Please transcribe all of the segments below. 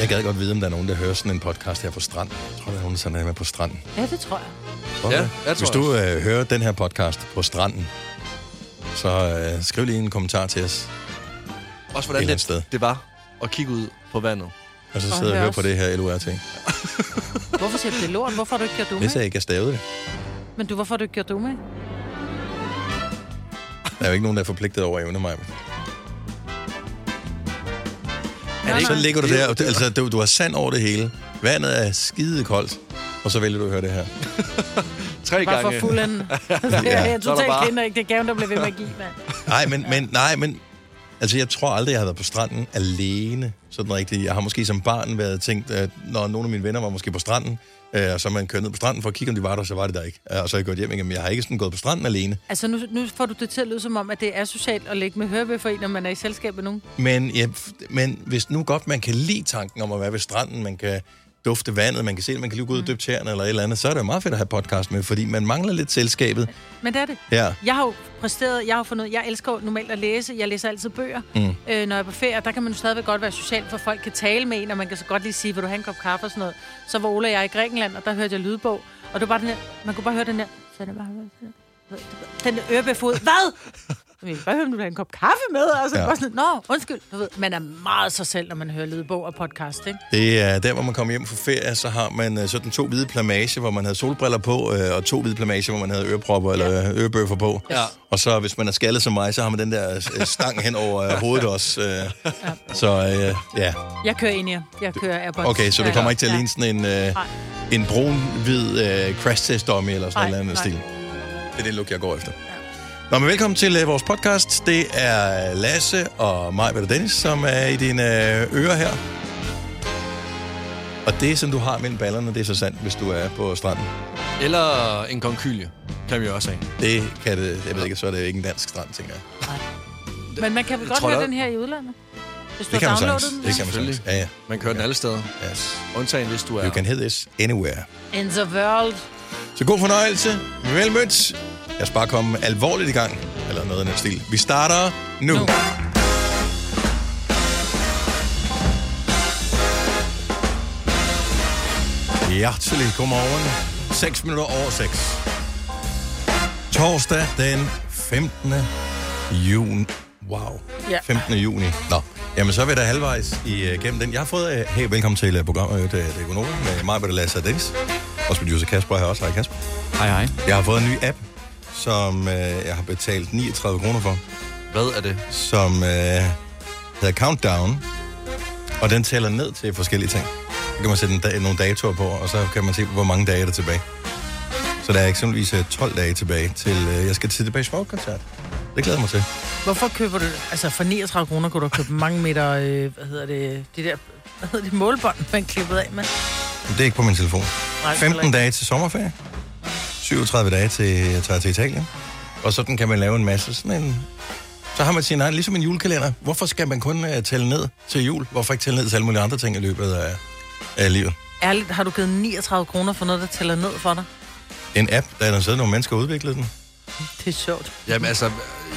Jeg gad godt vide, om der er nogen, der hører sådan en podcast her på strand. Jeg tror, der er nogen, der er med på stranden. Ja, det tror jeg. Tror du Ja, det? jeg tror Hvis du øh, hører den her podcast på stranden, så øh, skriv lige en kommentar til os, Også Et hvordan eller andet sted. det, det var at kigge ud på vandet. og så Og sidder og hør hører os. på det her LOR-ting. Hvorfor siger du det er lort? Hvorfor har du ikke gjort Hvis dumme? jeg ikke er stavet det. Men du, hvorfor har du ikke gjort dumme? Der er jo ikke nogen, der er forpligtet over evne mig. Er Så ligger du der, og det, altså, du, du har sand over det hele. Vandet er skide koldt, og så vælger du at høre det her. Tre Bare for gange. fuld ende. ja, jeg så er der totalt bare- kender ikke. Det er gaven, der blev ved med at give, mand. Nej, men, men, nej, men altså, jeg tror aldrig, jeg har været på stranden alene. Sådan rigtigt. Jeg har måske som barn været tænkt, at når nogle af mine venner var måske på stranden, øh, og så er man kørt ned på stranden for at kigge, om de var der, så var det der ikke. Øh, Og så er jeg gået hjem igen, men jeg har ikke sådan gået på stranden alene. Altså, nu, nu får du det til at lyde som om, at det er socialt at lægge med hørebøffer i, når man er i selskab med nogen. Men, ja, f- men hvis nu godt man kan lide tanken om at være ved stranden, man kan dufte vandet, man kan se det, man kan lige gå ud og dyppe tæerne eller et eller andet, så er det jo meget fedt at have podcast med, fordi man mangler lidt selskabet. Men det er det. Ja. Jeg har jo præsteret, jeg har fundet, ud- jeg elsker jo normalt at læse, jeg læser altid bøger, mm. øh, når jeg er på ferie, og der kan man jo stadigvæk godt være social, for folk kan tale med en, og man kan så godt lige sige, vil du have en kop kaffe og sådan noget. Så var Ola og jeg i Grækenland, og der hørte jeg lydbog, og det var bare den her, man kunne bare høre den her, så er det bare, den der ørebøf ud, hvad? Jeg vil bare høre, om du vil have en kop kaffe med, og så Ja. ja. bare sådan, nå, undskyld, du ved, man er meget sig selv, når man hører lydbog og podcast, ikke? Det er der, hvor man kommer hjem fra ferie, så har man øh, sådan to hvide plamage, hvor man havde solbriller på, øh, og to hvide plamage, hvor man havde ørepropper eller øh, ørebøffer på. Ja. Og så hvis man er skaldet som mig, så har man den der øh, stang hen over øh, hovedet også. Øh. Så øh, ja, Jeg kører ind i jeg kører Airpods. okay, så det Ja. kommer ikke til at Ja. ligne sådan en, øh, Nej. en brun-hvid øh, crash test dummy eller sådan Nej, et eller andet nej. stil. Det er det look, jeg går efter. Nå, men velkommen til øh, vores podcast. Det er Lasse og mig, og Dennis, som er i dine øh, ører her. Og det, som du har mellem ballerne, det er så sandt, hvis du er på stranden. Eller en konkylje, kan vi også have. Det kan det, jeg ved ikke, så er det ikke en dansk strand, tænker jeg. Men man kan vel Jeg godt tror, høre der- den her i udlandet? Hvis du Det kan har man downloadet sagtens. den? Det kan man sagtens. Ja, ja. Man kører den alle steder. Yes. Undtagen hvis du er... You can hit this anywhere. In the world. Så god fornøjelse. Velmødt. Lad os bare komme alvorligt i gang. Eller noget af den stil. Vi starter nu. nu. Hjertelig godmorgen. 6 minutter over 6. Torsdag den 15. juni. Wow. Ja. 15. juni. Nå. Jamen, så er vi da halvvejs igennem den. Jeg har fået... øh, Hey, velkommen til øh, programmet. øh, Det er Gunova med mig, Britta, Lasse og Dennis. Også producer Kasper her også. Hej, Kasper. Hej, hej. Jeg har fået en ny app, som øh, jeg har betalt 39 kroner for, Hvad er det? som øh, hedder Countdown. Og den tæller ned til forskellige ting. Så kan man sætte en da- nogle datoer på, og så kan man se, hvor mange dage er der tilbage. Så der er eksempelvis øh, 12 dage tilbage til... Øh, jeg skal til Depeche Mode-koncert. Det glæder jeg mig til. Hvorfor køber du... Altså, for 39 kroner kunne du købe mange meter... Øh, hvad hedder det? De der... Hvad hedder det? Målbånd, man klippede af med. Men Det er ikke på min telefon. Nej, 15 dage til sommerferie. 37 dage til jeg tager til Italien. Og sådan kan man lave en masse sådan en... Så har man sin egen, ligesom en julekalender. Hvorfor skal man kun uh, tælle ned til jul? Hvorfor ikke tælle ned til alle mulige andre ting i løbet af, af livet? Ærligt, har du givet 39 kroner for noget, der tæller ned for dig? En app, der er der siddet nogle mennesker og udviklet den. Det er sjovt. Jamen altså,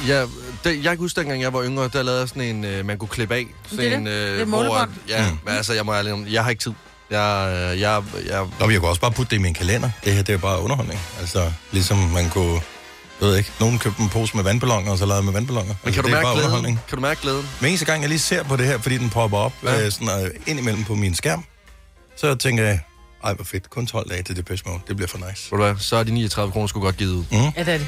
jeg, det, jeg kan huske, dengang jeg var yngre, der lavede jeg sådan en, øh, man kunne klippe af. Sådan det. en, øh, Det er hvor, målebånd. at- Mm. ja, men altså, jeg må ærligt, indrømme, jeg har ikke tid. Jeg, øh, jeg, jeg, Nå, men jeg kunne også bare putte det i min kalender. Det her, det er bare underholdning. Altså, ligesom man kunne... Jeg ved ikke, nogen købte en pose med vandballoner, og så lavede med vandballoner. men kan altså, du, det er mærke bare glæden? underholdning. kan du mærke glæden? Hver eneste gang, jeg lige ser på det her, fordi den popper op ja. Ja. øh, sådan, øh, ind imellem på min skærm, så tænker jeg, ej, hvor fedt, kun 12 dage til Depeche Mode, det bliver for nice. Ved du hvad, så er de 39 kroner sgu godt givet Mm. ud. Ja, det er det.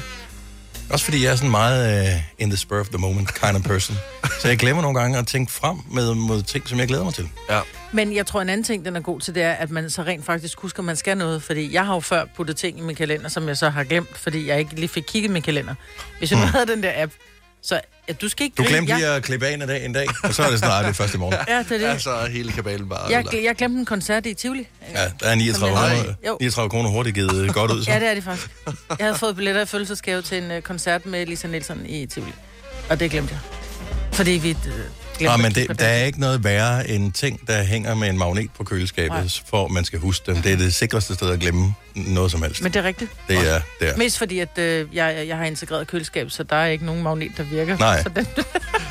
Også fordi jeg er sådan meget øh, in the spur of the moment kind of person. så jeg glemmer nogle gange at tænke frem med, mod ting, som jeg glæder mig til. Ja. Men jeg tror, en anden ting, den er god til, det er, at man så rent faktisk husker, at man skal noget. Fordi jeg har jo før puttet ting i min kalender, som jeg så har glemt, fordi jeg ikke lige fik kigget i min kalender. Hvis jeg nu havde den der app, så... Ja, du skal ikke... Hmm. Du grine. glemte jeg, lige at klippe af en dag, en dag, og så er det sådan, "Ej, det er først i morgen. Ja, det er det. Ja, så er Altså, hele kabalen bare... Jeg, gl- jeg glemte en koncert i Tivoli. Ja, der er 39 Som jeg- kroner, Jo. 39 kroner hurtigt givet øh, godt ud. Så. Ja, det er det faktisk. Jeg havde fået billetter i følelsesgave til en øh, koncert med Lisa Nielsen i Tivoli. Og det glemte jeg. Fordi vi øh, Glem Nej, at Ah, men kigge det, på der den. er ikke noget værre end ting, der hænger med en magnet på køleskabet, Nej. for at man skal huske dem. Det er det sikreste sted at glemme noget som helst. Men det er rigtigt. Det er der. Mest fordi, at øh, jeg, jeg har integreret køleskab, så der er ikke nogen magnet, der virker. Nej. Så den,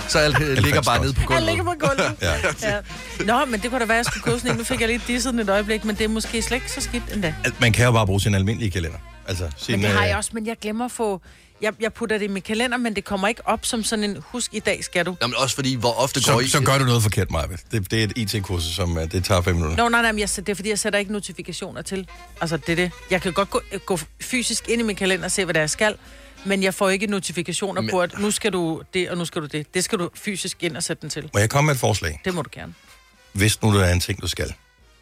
Så alt øh, ligger fandt bare også. nede på jeg gulvet. ligger på gulvet. Ja. ja. Nå, men det kunne da være, at jeg skulle købe sådan en. Nu fik jeg lidt disset den et øjeblik, men det er måske slet ikke så skidt endda. Al- Man kan jo bare bruge sin almindelige kalender. Altså, sin, Men det har øh, jeg også, men jeg glemmer at få... Jeg, jeg putter det i min kalender, men det kommer ikke op som sådan en, husk i dag skal du. Nå, men også fordi, hvor ofte går Så, I... så gør du noget forkert, Maja. Det, det er et IT-kursus, som uh, det tager fem minutter. Nå, nej, nej, men jeg, det er fordi, jeg sætter ikke notifikationer til. Altså, det er det. Jeg kan godt gå, gå fysisk ind i min kalender og se, hvad der er skal, men jeg får ikke notifikationer men... på, at nu skal du det, og nu skal du det. Det skal du fysisk ind og sætte den til. Må jeg komme med et forslag? Det må du gerne. Hvis nu der er en ting, du skal.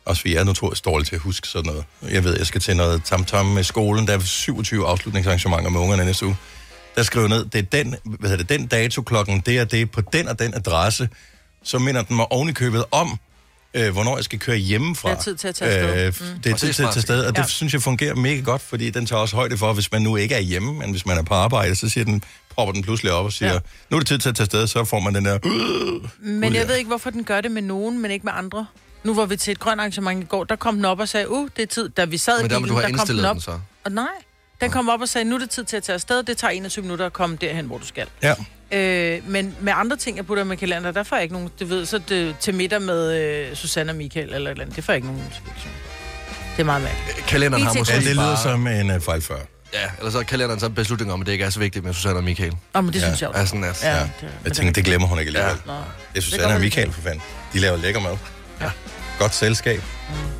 Også fordi jeg er notorisk dårlig til at huske sådan noget. Jeg ved, jeg skal til noget tamtam med skolen. Der er 27 afslutningsarrangementer med ungerne næste uge. Der skriver jeg ned, det er den, hvad hedder det, den dato klokken, det er det på den og den adresse. Så minder den mig oven i købet om, øh, hvornår jeg skal køre hjemmefra. Det er tid til at tage afsted. Mm. Øh, det er Og tid til det er at smart. tage afsted, og det Ja. synes jeg fungerer mega godt, fordi den tager også højde for, hvis man nu ikke er hjemme, men hvis man er på arbejde, så siger den, popper den pludselig op og siger, ja. Ja. nu er det tid til at tage afsted, så får man den der... "Øh, Men ud jeg af." ved ikke, hvorfor den gør det med nogen, men ikke med andre. Nu var vi til et grønt arrangement i går, der kom den op og sagde, uh, det er tid, da vi sad i Men der må bilen, du have der kom indstillet den op. den så. Og nej, den kom op og sagde, nu er det tid til at tage afsted, det tager 21 minutter at komme derhen, hvor du skal. Ja. Øh, men med andre ting, jeg putter med kalender, der får jeg ikke nogen, du ved, så det, til middag med øh, Susanne og Michael eller et eller andet, det får jeg ikke nogen notifikation. Det er meget mærkeligt. Kalenderen har IT måske ja, kursus. det lyder bare... som en uh, fejl før. Ja, eller så er kalenderen så en beslutning om, at det ikke er så vigtigt med Susanne og Michael. Åh, men det Ja, synes jeg jo. Er sådan, at... Ja, Ja. det- men Jeg det- tænker, det glemmer hun ikke alligevel. Ja. Nå. Det er Det Susanne gør og hun Michael, for fanden. De laver lækker mad. Ja. Godt selskab.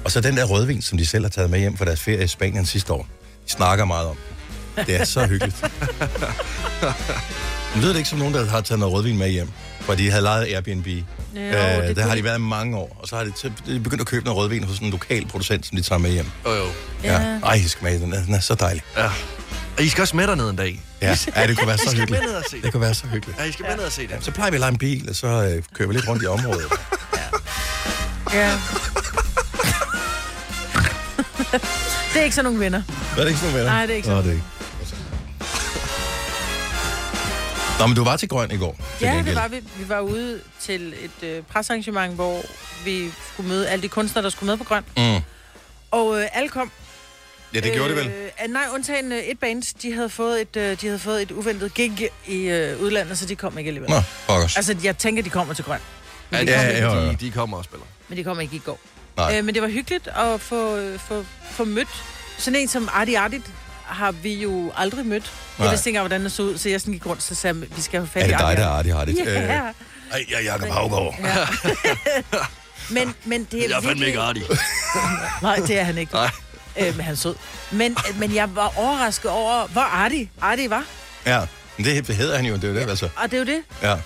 Og så den der rødvin, som de selv har taget med hjem fra deres ferie i Spanien sidste år. De snakker meget om. Det er så hyggeligt. Men lyder det ikke som nogen, der har taget noget rødvin med hjem? For de havde lejet Airbnb. Jo, øh, det der har kunne- de været i mange år. Og så har de, til- de begyndt at købe noget rødvin hos en lokal producent, som de tager med hjem. Jo, jo. Ja. Ja. ja. Ej, I skal med. i Den er, den er så dejlig. Ja. Og I skal også med dernede en dag. Ja. ja, det kunne være så skal hyggeligt. med ned og se det. Det kunne være så hyggeligt. Ja, I skal med ned og se det. Så plejer vi at lege en bil, og så øh, kører vi lidt rundt i området. Ja. det er ikke sådan nogle venner. Er det ikke sådan, venner? Nej, det er ikke Nå, sådan. det er ikke. Nå, men du var til grøn i går. til Ja, det gengæld. var vi. Vi var ude til et øh, presarrangement, hvor vi skulle møde alle de kunstnere, der skulle med på Grøn. Mm. Og øh, alle kom. Ja, det gjorde det vel. Øh, nej, undtagen øh, et band, de havde fået et, øh, de havde fået et uventet gig i øh, udlandet, så de kom ikke alligevel. Nå, fuck os. Altså, jeg tænker, de kommer til Grøn. Ja, Men de, de, ja, kom, jo, jo. De, de kommer og spiller. men de kom ikke i går. Nej. Øh, men det var hyggeligt at få, øh, få, få mødt sådan en som Arti Artit har vi jo aldrig mødt. Nej. Jeg vidste ikke engang, hvordan det så ud, så jeg sådan gik rundt, så sagde jeg, vi skal have fat Er i det dig, Arti der er artig, artig? Artit." Ja. Øh, Ej, jeg er Jacob Havgaard. Ja. men, men det er Jeg er fandme virkelig- ikke artig. Nej, det er han ikke. Nej. Øh, men han er sød. Men, men jeg var overrasket over, hvor artig Arti var. Ja, men det hedder han jo, det er jo det, altså. Og det er jo det. Ja.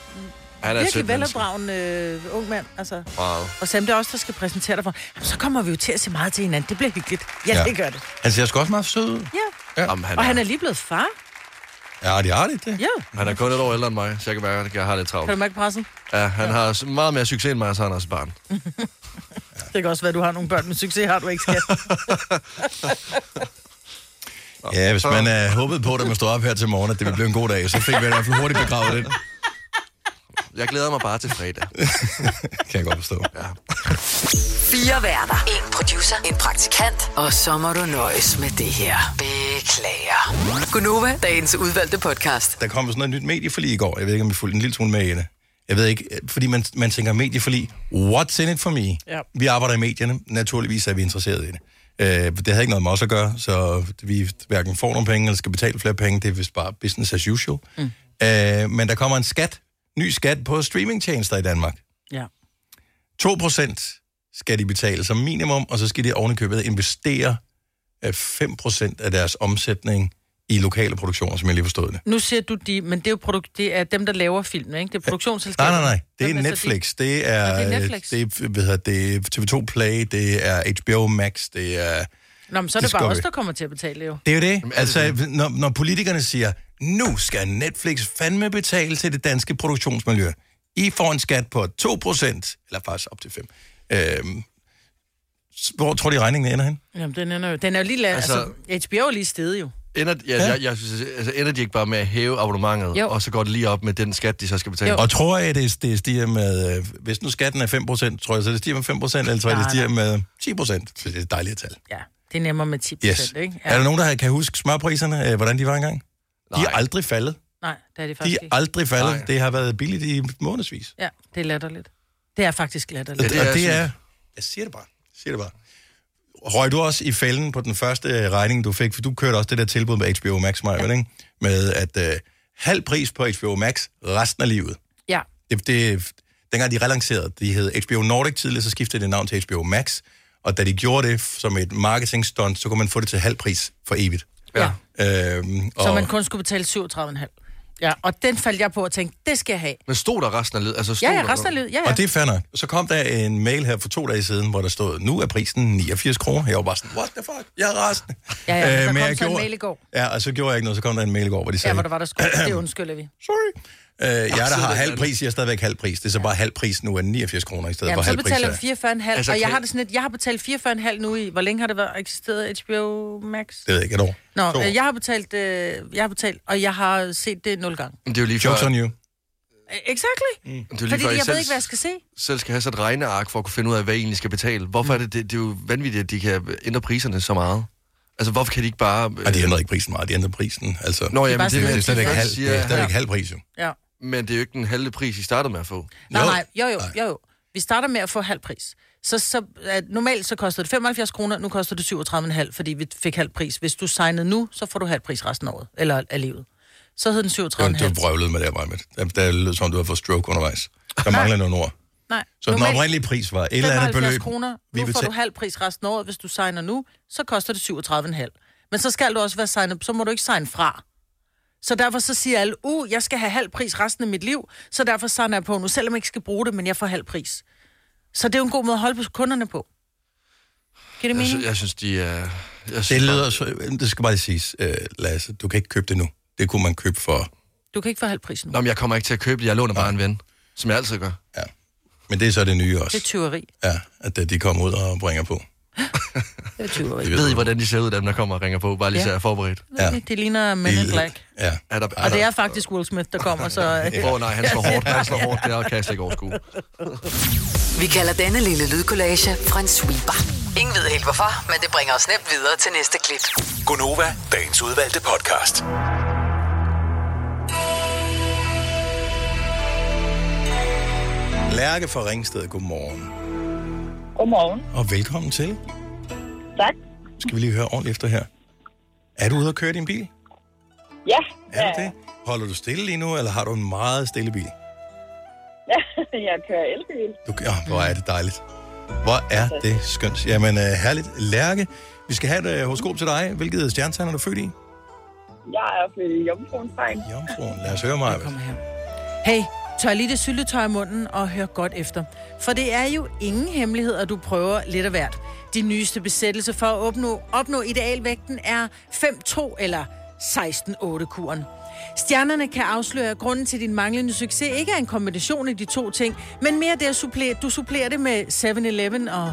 Han er et sødt Virkelig menneske. velopdragende øh, ung mand. Altså. Wow. Og Sam, det er også, der skal præsentere dig for. Jamen, så kommer vi jo til at se meget til hinanden. Det bliver hyggeligt. Ja, Ja. ja. det gør det. Han ser sgu også meget sød ud. Ja. Ja. Jamen, han, Og han er, er lige blevet far. Er artig, artig, det? Ja. han er kun et år ældre end mig, så jeg kan mærke, at jeg har lidt Kan du travlt. mærke pressen? Ja, han har s- meget mere succes end mig, så han er også barn. Det kan også være, at du har nogle børn med succes, har du ikke, skat? Ja, hvis man øh, håbede på, da man stod op her til morgen, at det ville blive en god dag, så fik vi i hvert fald hurtigt begravet den. Jeg glæder mig bare til fredag. Kan jeg godt forstå. Fire værter. En producer. En praktikant. Og så må du nøjes med det her. Beklager. Gunova, dagens udvalgte podcast. der kom sådan noget nyt medieforlig i går. Jeg ved ikke, om vi fulgte en lille smule med i det. Jeg ved ikke, øh, fordi man, man tænker medieforlig. What's in it for me? Ja. Vi arbejder i medierne. Naturligvis er vi interesseret i det. Øh, det havde ikke noget med os at gøre, så vi hverken får nogle penge, eller skal betale flere penge. Det er vist bare business as usual. Mm. Øh, men der kommer en skat, ny skat på streamingtjenester i Danmark. Ja. 2% skal de betale som minimum, og så skal de ovenikøbet investere øh, 5% af deres omsætning i lokale produktioner, som jeg lige forstod det. Nu siger du de, men det er jo produ- det er dem, der laver filmen, ikke? Det er Nej, produktionsselskabet. nej, nej. Det Hvem er så de? Netflix. Det er, Nå, det er Netflix. det er, hvad hedder det, TV2 Play, det er HBO Max, det er... Nå, men så er det bare Discovery. os, der kommer til at betale jo. Det er jo det. det Altså, når, når politikerne siger, nu skal Netflix fandme betale til det danske produktionsmiljø. I får en skat på 2%, eller faktisk op til 5%. Øhm, s- hvor tror de, regningen ender hen? Jamen, den er jo, den er jo lige la- altså, Altså- altså, HBO er lige stedet jo. Ender, ja, ja. Jeg, jeg, synes, altså, ender de ikke bare med at hæve abonnementet, Jo. jo. og så går det lige op med den skat, de så skal betale? Og tror jeg, det, det stiger med... øh, Hvis nu skatten er 5%, tror jeg, så det stiger med 5%, eller tror jeg, det Nej, stiger med 10%. Så det er et dejligt tal. Ja, det er nemmere med 10 Yes. ikke? Er der nogen, der kan huske smørpriserne, øh, hvordan de var engang? De er Nej. aldrig faldet. Nej, det er De det faktisk er ikke. aldrig faldet. Nej. Det har været billigt i månedsvis. Ja, det er latterligt. Det er faktisk latterligt. Ja, Ja, det det og det er sygt. er... Jeg siger det bare. Jeg siger det bare. Røg du også i fælden på den første øh, regning, du fik? For du kørte også det der tilbud med HBO Max, Maja, ja. ikke? Med at øh, halv pris på HBO Max resten af livet. Ja, Det, det, dengang de relancerede, de hed HBO Nordic tidligere, så skiftede det navn til HBO Max. Og da de gjorde det f- som et marketingstunt, så kunne man få det til halv pris for evigt. ja. Øhm, Så og, man kun skulle betale 37,5. Ja, og den faldt jeg på og tænkte, det skal jeg have. Men stod der resten af livet? Altså, stod Ja, ja, der resten af livet. Ja, ja. og det er fair nok. Så kom der en mail her for to dage siden, hvor der stod, nu er prisen 89 kroner. Jeg var bare sådan, what the fuck? Jeg er rasende. Ja, ja, men der men kom jeg så en mail i går. Ja, og så gjorde jeg ikke noget, så kom der en mail i går, hvor de Ja, sagde, hvor der var der skulle. Det undskylder vi. sorry. Øh, jeg, der det har er halv det. pris, jeg er stadigvæk halv pris. Det er så bare halv pris nu er 89 kroner i stedet for Jamen, så halv pris. betaler er- vi 44,5, Altså, altså, og jeg kan- har det sådan lidt, jeg har betalt 4,5 nu i, hvor længe har det været eksisteret HBO Max? Det ved jeg ikke, et år. Nå, To år. øh, jeg har betalt, øh, jeg har betalt, og jeg har set det nul gange. Men Det er jo lige før, Jokes on you. Øh, Exactly. Mm. det er jo lige Fordi før I jeg selv, ved ikke, hvad jeg skal se. selv skal have sådan et regneark for at kunne finde ud af, hvad I egentlig skal betale. Hvorfor er det, det, det er jo vanvittigt, at de kan ændre priserne så meget? Altså, hvorfor kan de ikke bare... Øh... Og de ændrer ikke prisen meget, de ændrer prisen. Altså, Nå, Nå, bare jamen, det, sådan det det, er lidt- det, stadigvæk det er halv, faktisk, det er stadigvæk halv pris, jo. Ja. men det er jo ikke den halve pris, I startede med at få. Nej, Jo. jo. nej, jo, jo, jo, jo. Vi starter med at få halv pris. Så, så at normalt så koster det 75 kroner, nu koster det 37,5, fordi vi fik halv pris. Hvis du signede nu, så får du halv pris resten af året, eller af livet. Så hed den Du, du 37,5. vrøvlede med det her, Brian. Det, det lød som, om, du havde fået stroke undervejs. Der mangler nogle ord. Nej, Så den normalt oprindelige pris var et eller andet 75 beløb. kroner, vi nu får betalte- du halv pris resten af året. Hvis du signer nu, så koster det 37,5. Men så skal du også være signet, så må du ikke signe fra. Så derfor så siger alle, uh, jeg skal have halv pris resten af mit liv, så derfor signer jeg på nu, selvom jeg ikke skal bruge det, men jeg får halv pris. Så det er jo en god måde at holde på kunderne på. Giver det Altså, Jeg, sy- mening? Altså, jeg synes, de er... Jeg synes, Det lyder så... Det skal bare lige siges, uh, Lasse. Du kan ikke købe det nu. Det kunne man købe for... Du kan ikke få halv pris nu. Nå, men jeg kommer ikke til at købe det. Jeg låner bare en ven, som jeg altid gør. Ja. Men det er så det nye Det er også. tyveri. Ja, at øh, de kommer ud og bringer på. Det er tyveri. Ved I, hvordan de ser ud, dem der kommer og ringer på? Bare lige så Ja. jeg er forberedt. Ja. Det, det ligner Men in De- Black. Ja. Er der, Og det er faktisk Will Smith, der kommer, så... Åh oh, nej, han slår hårdt, han slår hårdt. Det er, kan jeg slet ikke overskue. Vi kalder denne lille lydkollage en sweeper. Ingen ved helt hvorfor, men det bringer os nemt videre til næste klip. Gunova, dagens udvalgte podcast. Lærke fra Ringsted, godmorgen. Godmorgen. Og velkommen til. Tak. Skal vi lige høre ordentligt efter her. Er du ude at køre din bil? Ja. Er du ja. det? Holder du stille lige nu, eller har du en meget stille bil? jeg kører elbil. Du, oh, hvor er det dejligt. Hvor er det skønt. Jamen, uh, herligt. Lærke, vi skal have et uh, horoskop til dig. Hvilket stjernetegn er du født i? Jeg er flyttet i Jomfruen Fejl. Jomfruen. Lad os høre mig. Kom her. Hey, tør lige det syltetøj i munden og hør godt efter. For det er jo ingen hemmelighed, at du prøver lidt af hvert. Din nyeste besættelse for at opnå, opnå idealvægten er 5-2 eller 16-8-kuren. Stjernerne kan afsløre, at grunden til din manglende succes ikke er en kombination af de to ting, men mere det, at supplere, du supplerer det med 7-Eleven og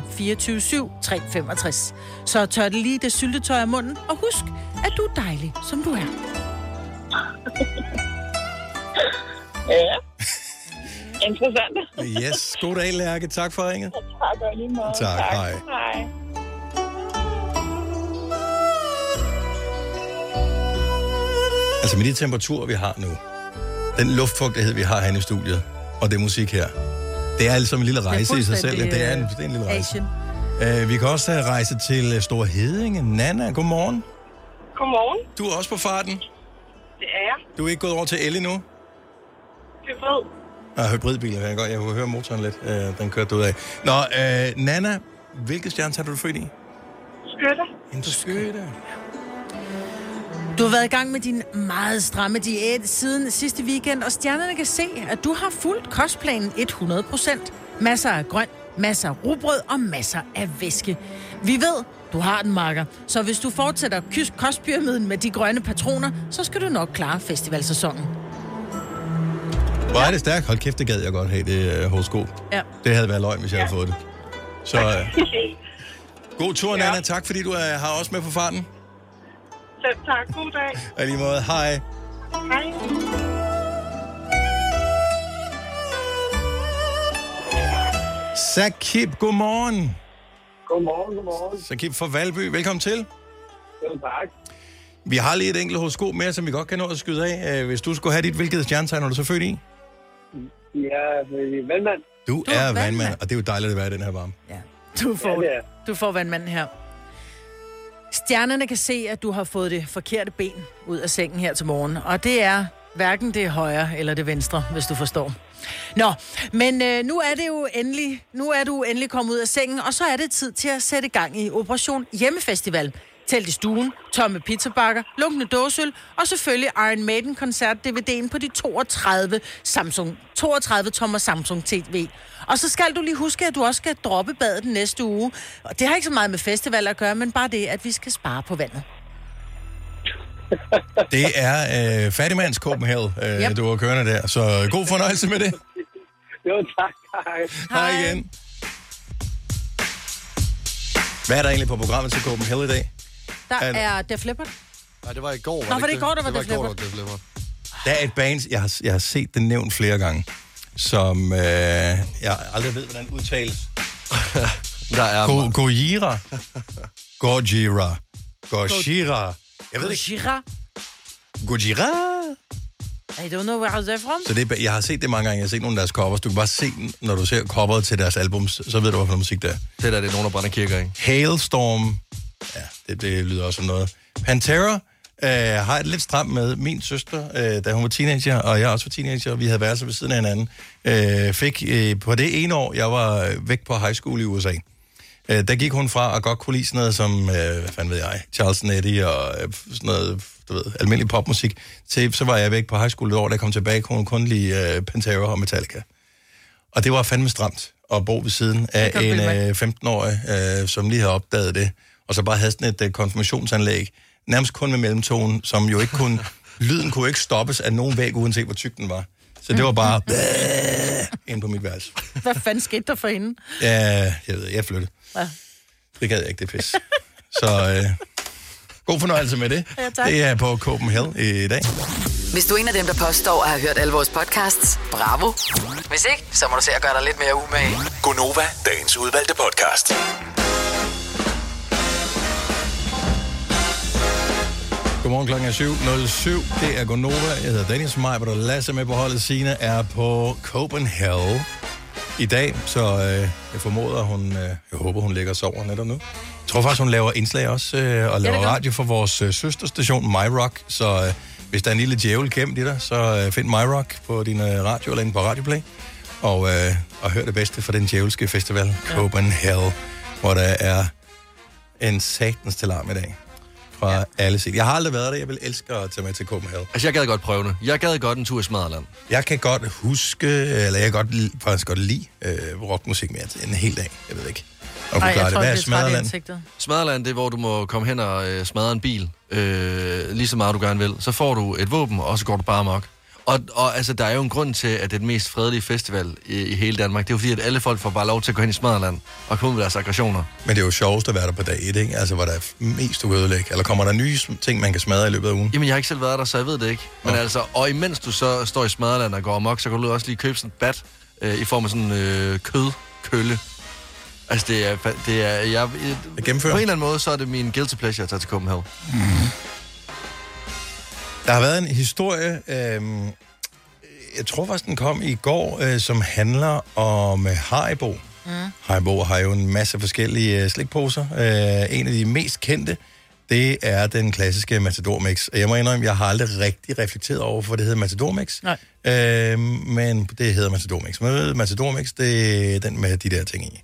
24-7-365. Så tør det lige det syltetøj i munden, og husk, at du er dejlig, som du er. Ja. Interessant. Yes. God dag, Lærke. Tak for ringet. Tak og i lige måde. Tak, hej. hej. Altså med de temperaturer, vi har nu, den luftfugtighed, vi har herinde i studiet, og det musik her, det er altså en lille rejse i sig selv. fuldstændig, Det er en, øh, det er en lille rejse. Asien. Uh, vi kan også øh, rejse til øh, Store Hedinge. Nana, godmorgen. Godmorgen. Du er også på farten. Det er jeg. Du er ikke gået over til el endnu? Hybrid. Ah, hybridbiler, kan jeg godt. Jeg kunne høre motoren lidt. Uh, den kørte du ud af. Nå, uh, Nana, hvilket stjerne tager du født i? Skytter. En skytte. Du har været i gang med din meget stramme diæt siden sidste weekend, og stjernerne kan se, at du har fulgt kostplanen 100%. Masser af grønt, masser af rugbrød og masser af væske. Vi ved, du har den, Marker. Så hvis du fortsætter kys- kostpyramiden med de grønne patroner, så skal du nok klare festivalsæsonen. Hvor er det stærkt. Hold kæft, det gad jeg godt have, det uh, horoskop. Ja. Det havde været løgn, hvis jeg havde fået det. øh, Så uh, god tur, Nana. Tak, fordi du uh, har også med på farten. Selv tak. God dag. Og i lige måde, hej. Hej. Sakib, godmorgen. Godmorgen, godmorgen. Sakib fra Valby, velkommen til. Jo, tak. Vi har lige et enkelt horoskop mere, som vi godt kan nå at skyde af. Øh, Hvis du skulle have dit, hvilket stjernetegn er du så født i? Ja, øh, vandmand. Du, du er vandmand, vandmand, og det er jo dejligt at være i den her varme. Ja. Du får, Ja, det er. du får vandmanden her. Stjernerne kan se, at du har fået det forkerte ben ud af sengen her til morgen. Og det er hverken det højre eller det venstre, hvis du forstår. Nå, men øh, nu er det jo endelig, nu er du endelig kommet ud af sengen, og så er det tid til at sætte gang i Operation Hjemmefestival. Telt i stuen, tomme pizzabakker, lunkende dåsøl, og selvfølgelig Iron Maiden koncert DVD'en på de 32 Samsung, 32 tommer Samsung TV. Og så skal du lige huske, at du også skal droppe badet den næste uge. Og det har ikke så meget med festival at gøre, men bare det, at vi skal spare på vandet. Det er øh, fattigmands Copenhagen, øh, Yep. du har kørende der. Så god fornøjelse med det. Jo, tak. Hej. Hej Hej. igen. Hvad er der egentlig på programmet til Copenhagen i dag? Der Al- er Def Leppard. Nej, det var i går. Nå, var det i går, der var det Def i går, Leppard? der var Def Leppard. Der er et band, jeg har, jeg har set det nævnt flere gange, som øh, jeg aldrig ved, hvordan udtales. Der er... Go- Gojira. Gojira. Gojira. Jeg ved det ikke. Gojira. Gojira. I don't know where they're from. Så det, er- jeg har set det mange gange. Jeg har set nogle af deres covers. Du kan bare se, den, når du ser coveret til deres albums, så ved du, hvad for noget musik det er. Det der, det er nogen, der brænder kirker, ikke? Hailstorm. Ja, det, det lyder også som noget. Pantera øh, har et lidt stramt med min søster, øh, da hun var teenager, og jeg også var teenager, og vi havde værelser ved siden af hinanden. Øh, fik øh, på det ene år, jeg var øh, væk på high school i USA. Øh, der gik hun fra at godt kunne lide sådan noget som, øh, hvad fanden ved jeg, Charles Netty og øh, sådan noget, du ved, almindelig popmusik, til så var jeg væk på high school et år, da jeg kom tilbage, kunne hun kun lide øh, Pantera og Metallica. Og det var fandme stramt at bo ved siden af kan jeg en bilde mig øh, 15-årig, øh, som lige havde opdaget det, og så bare havde sådan et øh, konfirmationsanlæg, nærmest kun med mellemtonen, som jo ikke kunne, lyden kunne ikke stoppes af nogen væg, uanset hvor tyk den var. Så det var bare Mhm. ind på mit værelse. Hvad fanden skete der for hende? Ja, jeg ved, jeg flyttede. Ja. Det gad jeg ikke, det pis. Så øh, god fornøjelse med det. Ja, tak. Det er på Copenhagen i dag. Hvis du er en af dem, der påstår at have hørt alle vores podcasts, bravo. Hvis ikke, så må du se at gøre dig lidt mere umage. Gonova, dagens udvalgte podcast. Godmorgen klokken er 7.07. Det er Gonova. Jeg hedder Dennis Maj, og Lasse er med på holdet. Sina er på Copenhagen i dag, så øh, jeg formoder, hun, øh, jeg håber, hun ligger og sover netop nu. Jeg tror faktisk, hun laver indslag også, øh, og laver gør ja, hun. radio for vores øh, søsterstation MyRock, så øh, hvis der er en lille djævel gemt i dig, så øh, find MyRock på din øh, radio eller inde på Radioplay, og, øh, og hør det bedste fra den djævelske festival, Copenhagen, hvor der er en satans alarm i dag fra ja. alle sider. Jeg har aldrig været der, jeg vil elske at tage med til Copenhagen. Altså, jeg gad godt prøve det. Jeg gad godt en tur i Smadreland. Jeg kan godt huske, eller jeg kan godt, li- faktisk godt lide øh, rockmusik mere til en hel dag. Jeg ved ikke. Og kunne Ej, klare jeg det. tror, Hvad er det er træt i smadreland? ansigtet. Smadreland, det er, hvor du må komme hen og øh, smadre en bil, øh, lige så meget du gerne vil. Så får du et våben, og så går du bare mok. Og, og altså, der er jo en grund til, at det er den mest fredelige festival i, i hele Danmark. Det er jo fordi, at alle folk får bare lov til at gå hen i Smadreland og komme ud med deres aggressioner. Men det er jo sjovest at være der på dag 1, ikke? Altså, hvor der er mest du kan ødelægge. Eller kommer der nye sm- ting, man kan smadre i løbet af ugen? Jamen, jeg har ikke selv været der, så jeg ved det ikke. Men Nå. altså, og imens du så står i Smadreland og går amok, så kan du også lige købe sådan et bat øh, i form af sådan en øh, kødkølle. Altså, det er... fa- Det er jeg, Jeg gennemfører. På en eller anden måde, så er det min guilty pleasure at tage til Copenhagen. Der har været en historie, øh, jeg tror faktisk, den kom i går, øh, som handler om øh, Haribo. Mm. Haribo har jo en masse forskellige øh, slikposer. Øh, en af de mest kendte, det er den klassiske Matador Mix. Og jeg må indrømme, jeg har aldrig rigtig reflekteret over, hvorfor det hedder Matador Mix. Nej. Øh, men det hedder Matador Mix. Man ved, Matador Mix, det er den med de der ting i.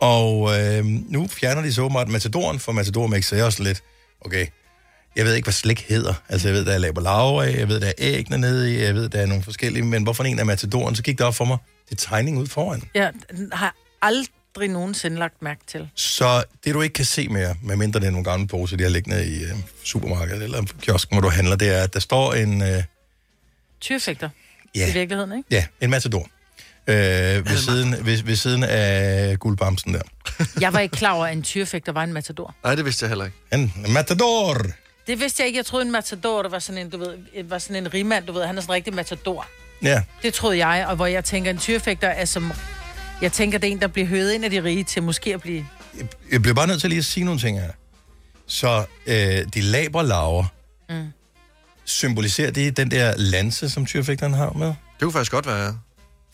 Og øh, nu fjerner de så åbenbart Matadoren fra Matador Mix, så jeg er også lidt, okay, jeg ved ikke, hvad slik hedder. Altså, jeg ved, der er laberlaver af, jeg ved, der er æggene nede i, jeg ved, der er nogle forskellige, men hvorfor en er matadoren? Så gik det op for mig, det er tegning ud foran. Ja, den har jeg aldrig nogensinde lagt mærke til. Så det, du ikke kan se mere, medmindre det er nogle gamle poser, de har liggende i øh, supermarkedet eller kiosken, hvor du handler, det er, at der står en, øh, Tyrefægter i ja, virkeligheden, ikke? ja, en matador øh, ved, siden, ved, ved siden af guldbamsen der. Jeg var ikke klar over, at en tyrefægter var en matador. Nej, det vidste jeg heller ikke. En matador! Det vidste jeg ikke. Jeg troede, en matador det var sådan en, du ved, øh, var sådan en rigmand, du ved. Han er sådan en rigtig matador. Ja. Det troede jeg, og hvor jeg tænker, en tyrefægter er som... Jeg tænker, det er en, der bliver høvet ind af de rige til måske at blive... Jeg bliver bare nødt til lige at sige nogle ting her. Så øh, de laber laver. Mm. Symboliserer det den der lanse, som tyrefægteren har med? Det kunne faktisk godt være.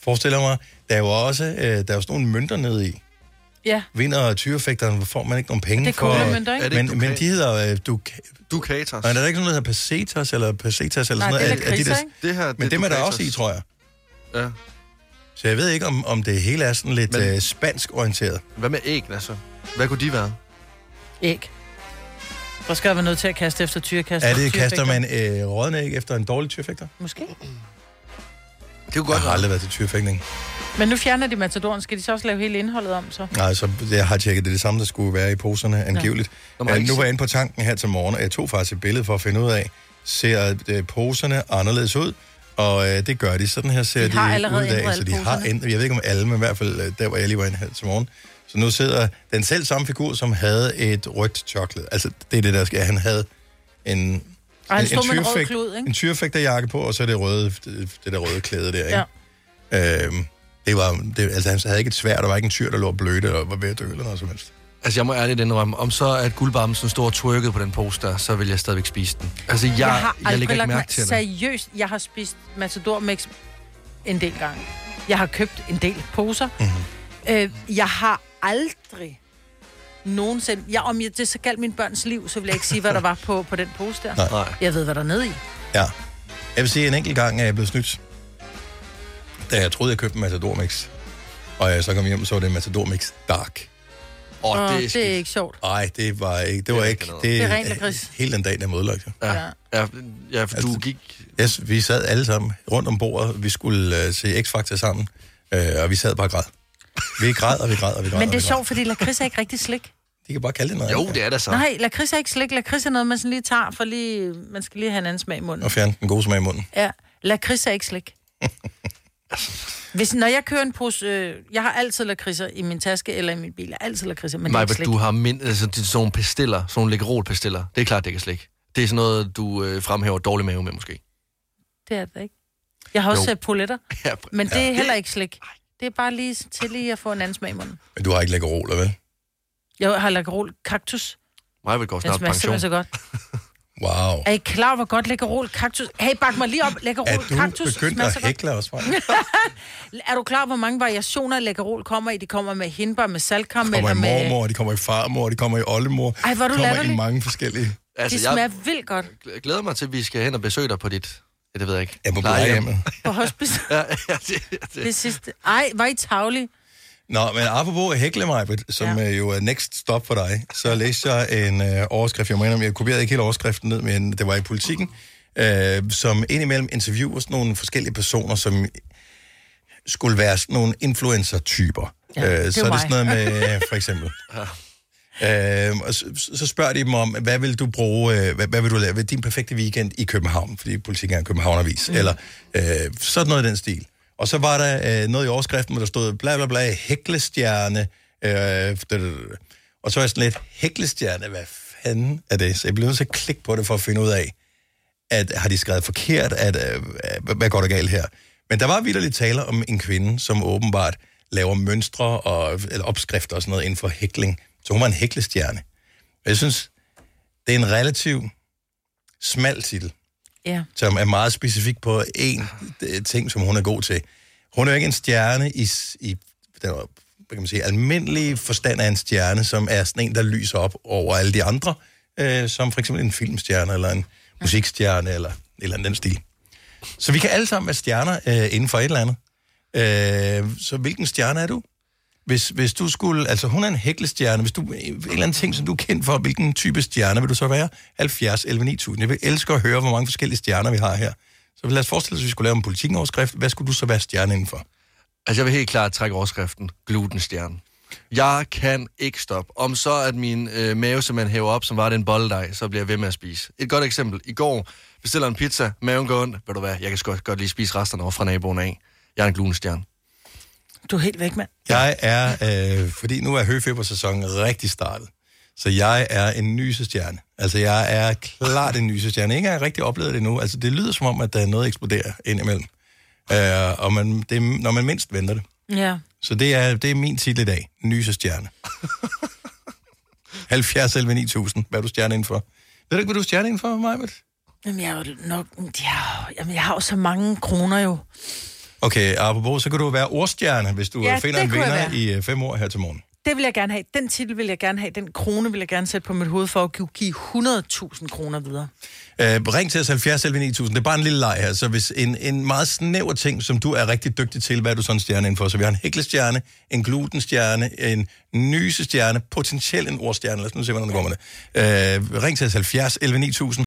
Forestiller mig, der er jo også øh, der er jo sådan nogle mønter nede i. Ja, Vinder tyrefægteren, hvor får man ikke nogen penge det er for... kuglemønter, ikke? Er det Men, ikke men dukat? de hedder... Øh, du, Ducatas. nej, der er ikke sådan noget, der hedder pesetas eller pesetas eller Nej, sådan det noget. er de lakridser, der- ikke? Det her, det men dem er der Ducatas. også i, tror jeg. Ja. Så jeg ved ikke, om, om det hele er sådan lidt Men- men... øh, spansk orienteret. Hvad med æggene så? Hvad kunne de være? Æg. Hvor skal jeg være nødt til at kaste efter tyrekaster? Er det, kaster man øh, rådne æg efter en dårlig tyrefægter? Måske. Det kunne Jeg godt har være. aldrig været til tyrefægtning. Men nu fjerner de matadoren. Skal de så også lave hele indholdet om, så? Nej, så jeg har tjekket, det er det samme, der skulle være i poserne, angiveligt. Nå, Ja. man har ikke nu var set- jeg inde på tanken her til morgen, og jeg tog faktisk et billede for at finde ud af, ser øh, poserne anderledes ud? Og øh, det gør de. Sådan her ser De de, har ud allerede i dag. ændret Så alle de har poserne. ændret, jeg ved ikke om alle, men i hvert fald øh, der, hvor jeg lige var inde her til morgen. Så nu sidder den selv samme figur, som havde et rødt chokolade. Altså, det er det, der sker. Han havde en... Og han stod med en rød tyrefægt- klud, ikke? en tyrefægterjakke på, og så det, røde, det, det der røde klæde der, ikke? Ja. Øhm, det var, det, altså han havde ikke et svær, der var ikke en tyr, der lå og blødte og var ved at dø eller noget som helst. Altså, jeg må ærligt indrømme, om så at guldbamsen står twerket på den poster, så vil jeg stadigvæk spise den. Altså, jeg, Jeg har jeg, aldrig lægger ikke lagt mærke mærke til det. Seriøst, jeg har spist Matador Mix en del gange. Jeg har købt en del poser. Mhm. Mm-hmm. Øh, jeg har aldrig nogensinde... Jeg, om jeg, det så galt min børns liv, så vil jeg ikke sige, hvad der var på, på den pose der. Nej. Nej. Jeg ved, hvad der er nede i. Ja. Jeg vil sige, en enkelt gang er jeg blevet snydt, da jeg troede, jeg købte en Matador Mix. Og jeg så kom hjem, så var det en Matador Mix Dark. Åh, oh, Og det er det er skidt. ikke sjovt. Nej, det var ikke, det var Det er ikke, ikke noget. det, Det er rent lakrids. Hele den dag, der modlagt. Ja, ja, ja for du Altså, gik... Yes, vi sad alle sammen rundt om bordet, vi skulle uh, se X-Factor sammen, uh, og vi sad bare og græd. Vi græd, og vi græd, og vi græd. Men og det vi græd. er sjovt, fordi lakrids er ikke rigtig slik. De kan bare kalde det noget. Jo, andet, det er da så. Nej, lakrids er ikke slik. Lakrids er noget, man sådan lige tager, for lige, man skal lige have en anden smag i munden. Og fjerne den gode smag i munden. Ja, lakrids er ikke slik. Hvis, når jeg kører en pose... Øh, jeg har altid lakridser i min taske eller i min bil. Jeg har altid lakridser, men det er Nej, ikke men slik. du har mind, altså, det er sådan nogle pastiller, sådan nogle lækkerol-pastiller. Det er klart, det ikke er slik. Det er sådan noget, du øh, fremhæver dårlig mave med, måske. Det er det ikke. Jeg har også Jo. jo. poletter, Ja, men det er heller ikke slik. Det er bare lige til lige at få en anden smag i munden. Men du har ikke lækker roler, vel? Jeg har lakkerol kaktus. Mig vil gå Den snart smager pension. simpelthen så godt. Wow. Er I klar over, hvor godt lakkerol kaktus... Hey, bak mig lige op. Er Lakkerol du kaktus begyndt smager at så godt. hækle os, Maja? Er du klar over, hvor mange variationer af lakkerol kommer i? De kommer med hindbær, med saltkam, kommer eller i med... mormor, de kommer i farmor, de kommer i oldemor. øh, Ej, hvor er du de kommer i latterlig. mange forskellige. De Altså, smager jeg vildt godt gl- glæder mig til, at vi skal hen og besøge dig på dit... Ja, det ved jeg ikke. Ja, på Plejehjem. plejehjemmet. på hospice. Ja, ja, det, det. det sidste. Ej, var I tavlige? Nå, men apropos hækle mig, som Ja. ja. jo er next stop for dig, så læste jeg en øh, overskrift, jeg mener, jeg kopierede ikke hele overskriften ned, men det var i politikken, øh, som indimellem interviewer sådan nogle forskellige personer, som skulle være sådan nogle influencer-typer. Ja, Ja, øh, så det er er det mig. sådan noget med, øh, for eksempel. Ja. Øh, og så, så spørger de dem om, hvad vil du bruge, øh, hvad, hvad vil du lave ved din perfekte weekend i København, fordi politikken er en københavnervis, mm. eller øh, sådan noget i den stil. Og så var der øh, noget i overskriften, hvor der stod bla bla bla, hæklestjerne, øh, da, da, da. og så var jeg sådan lidt, hæklestjerne, hvad fanden er det? Så jeg blev nødt til at klikke på det for at finde ud af, at har de skrevet forkert, at, øh, øh, hvad går der galt her? Men der var vidderligt tale om en kvinde, som åbenbart laver mønstre og eller opskrifter og sådan noget inden for hækling. Så hun var en hæklestjerne. Og jeg synes, det er en relativ smal titel, Ja. som er meget specifik på én øh, ting, som hun er god til. Hun er jo ikke en stjerne i, s- i den øh, hvad kan man sige, almindelige forstand af en stjerne, som er sådan en, der lyser op over alle de andre, øh, som for eksempel en filmstjerne, eller en musikstjerne, eller et eller andet den stil. Så vi kan alle sammen være stjerner øh, inden for et eller andet. Øh, så hvilken stjerne er du? Hvis, hvis du skulle, altså hun er en hæklestjerne, hvis du, en eller anden ting, som du er kendt for, hvilken type stjerne vil du så være? 70, 11, 9000. Jeg vil elske at høre, hvor mange forskellige stjerner vi har her. Så lad os forestille os, at vi skulle lave en politikoverskrift. Hvad skulle du så være stjerne indenfor? Altså, jeg vil helt klart trække overskriften glutenstjerne. Jeg kan ikke stoppe. Om så, at min øh, mave simpelthen hæver op, som var det en bolledej, så bliver jeg ved med at spise. Et godt eksempel. I går bestiller en pizza, maven går ondt. Ved du hvad, jeg kan sgu godt, godt lige spise resterne over fra naboen af. Jeg er en glutenstjerne. Du er helt væk, mand. Jeg er, øh, fordi nu er høfebersæsonen rigtig startet, Så jeg er en nysestjerne. Altså, jeg er klart en nysestjerne. Ikke engang rigtig oplevet det nu. Altså, det lyder som om, at der er noget, der eksploderer indimellem. Uh, og man, det, er, når man mindst venter det. Ja. Så det er, det er min titel i dag. Nysestjerne. 70 11 9000. Hvad er du stjerne inden for? Ved du ikke, hvad du er stjerne inden for, Majbet? Jamen, jeg, er jo nok, ja, jamen, jeg har jo så mange kroner jo. Okay, apropos, så kan du være ordstjerne, hvis du Ja, ja, finder det en kunne jeg vinder være. i øh, fem år her til morgen. Det vil jeg gerne have. Den titel vil jeg gerne have. Den krone vil jeg gerne sætte på mit hoved for at kunne give 100.000 kroner videre. Øh, ring til os 70 11 9000. Det er bare en lille leg her. Så hvis en, en meget snæver ting, som du er rigtig dygtig til, hvad er du sådan en stjerne inden for? Så vi har en hæklestjerne, en glutenstjerne, en nysestjerne, potentielt en ordstjerne. Lad os nu se, hvordan det går med det. Øh, ring til os 70 11 9000.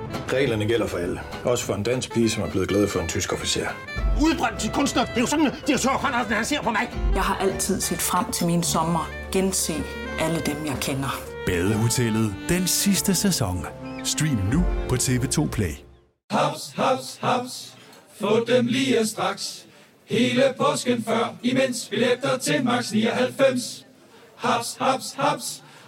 Reglerne gælder for alle. Også for en dansk pige, som er blevet glad for en tysk officer. Udbrændt til kunstner. Det er jo sådan, at de har tørt, Conradsen, han ser på mig. Jeg har altid set frem til min sommer. Gense alle dem, jeg kender. Badehotellet den sidste sæson. Stream nu på TV2 Play. Haps, haps, haps. Få dem lige straks. Hele påsken før, imens billetter til max 99. Haps, haps, haps.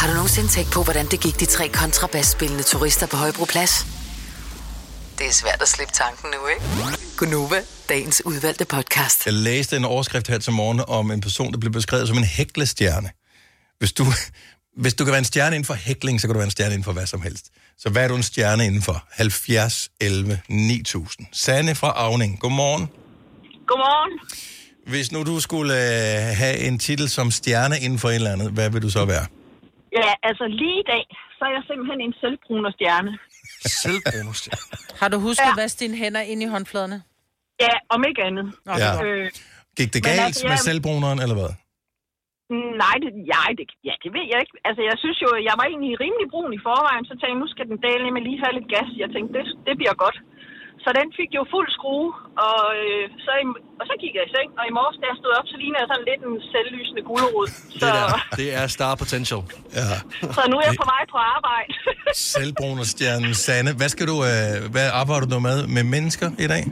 Har du nogensinde tænkt på, hvordan det gik de tre kontrabasspillende turister på Højbroplads? Det er svært at slippe tanken nu, ikke? Gunova, dagens udvalgte podcast. Jeg læste en overskrift her til morgen om en person, der blev beskrevet som en hæklestjerne. Hvis du, hvis du kan være en stjerne inden for hækling, så kan du være en stjerne inden for hvad som helst. Så hvad er du en stjerne inden for? 70, 11, 9000. Sanne fra Avning, godmorgen. Godmorgen. Hvis nu du skulle øh, have en titel som stjerne inden for et eller andet, hvad vil du så være? Ja, altså lige i dag, så er jeg simpelthen en selvbruner stjerne. Selvbrunerstjerne. Har du husket ja. Ja. at vaske dine hænder ind i håndfladerne? Ja, om ikke andet. Nå, Ja. det er godt. Øh, Gik det Men galt altså, med jeg- selvbruneren, eller hvad? nej, det, ja, det, ja, det ved jeg ikke. Altså, jeg synes jo, jeg var egentlig rimelig brun i forvejen, så tænkte jeg, nu skal den dale med lige have lidt gas. Jeg tænkte, det, det bliver godt. Så den fik jo fuld skrue, og, øh, så i, og så gik jeg i seng, og i morges, da jeg stod op, så lignede jeg sådan lidt en selvlysende gulerod. Det, Så, der, det er star potential. Ja. så nu er jeg på vej på arbejde. Selvbrunerstjernen Sanne. Hvad, skal du, øh, hvad arbejder du med med mennesker i dag?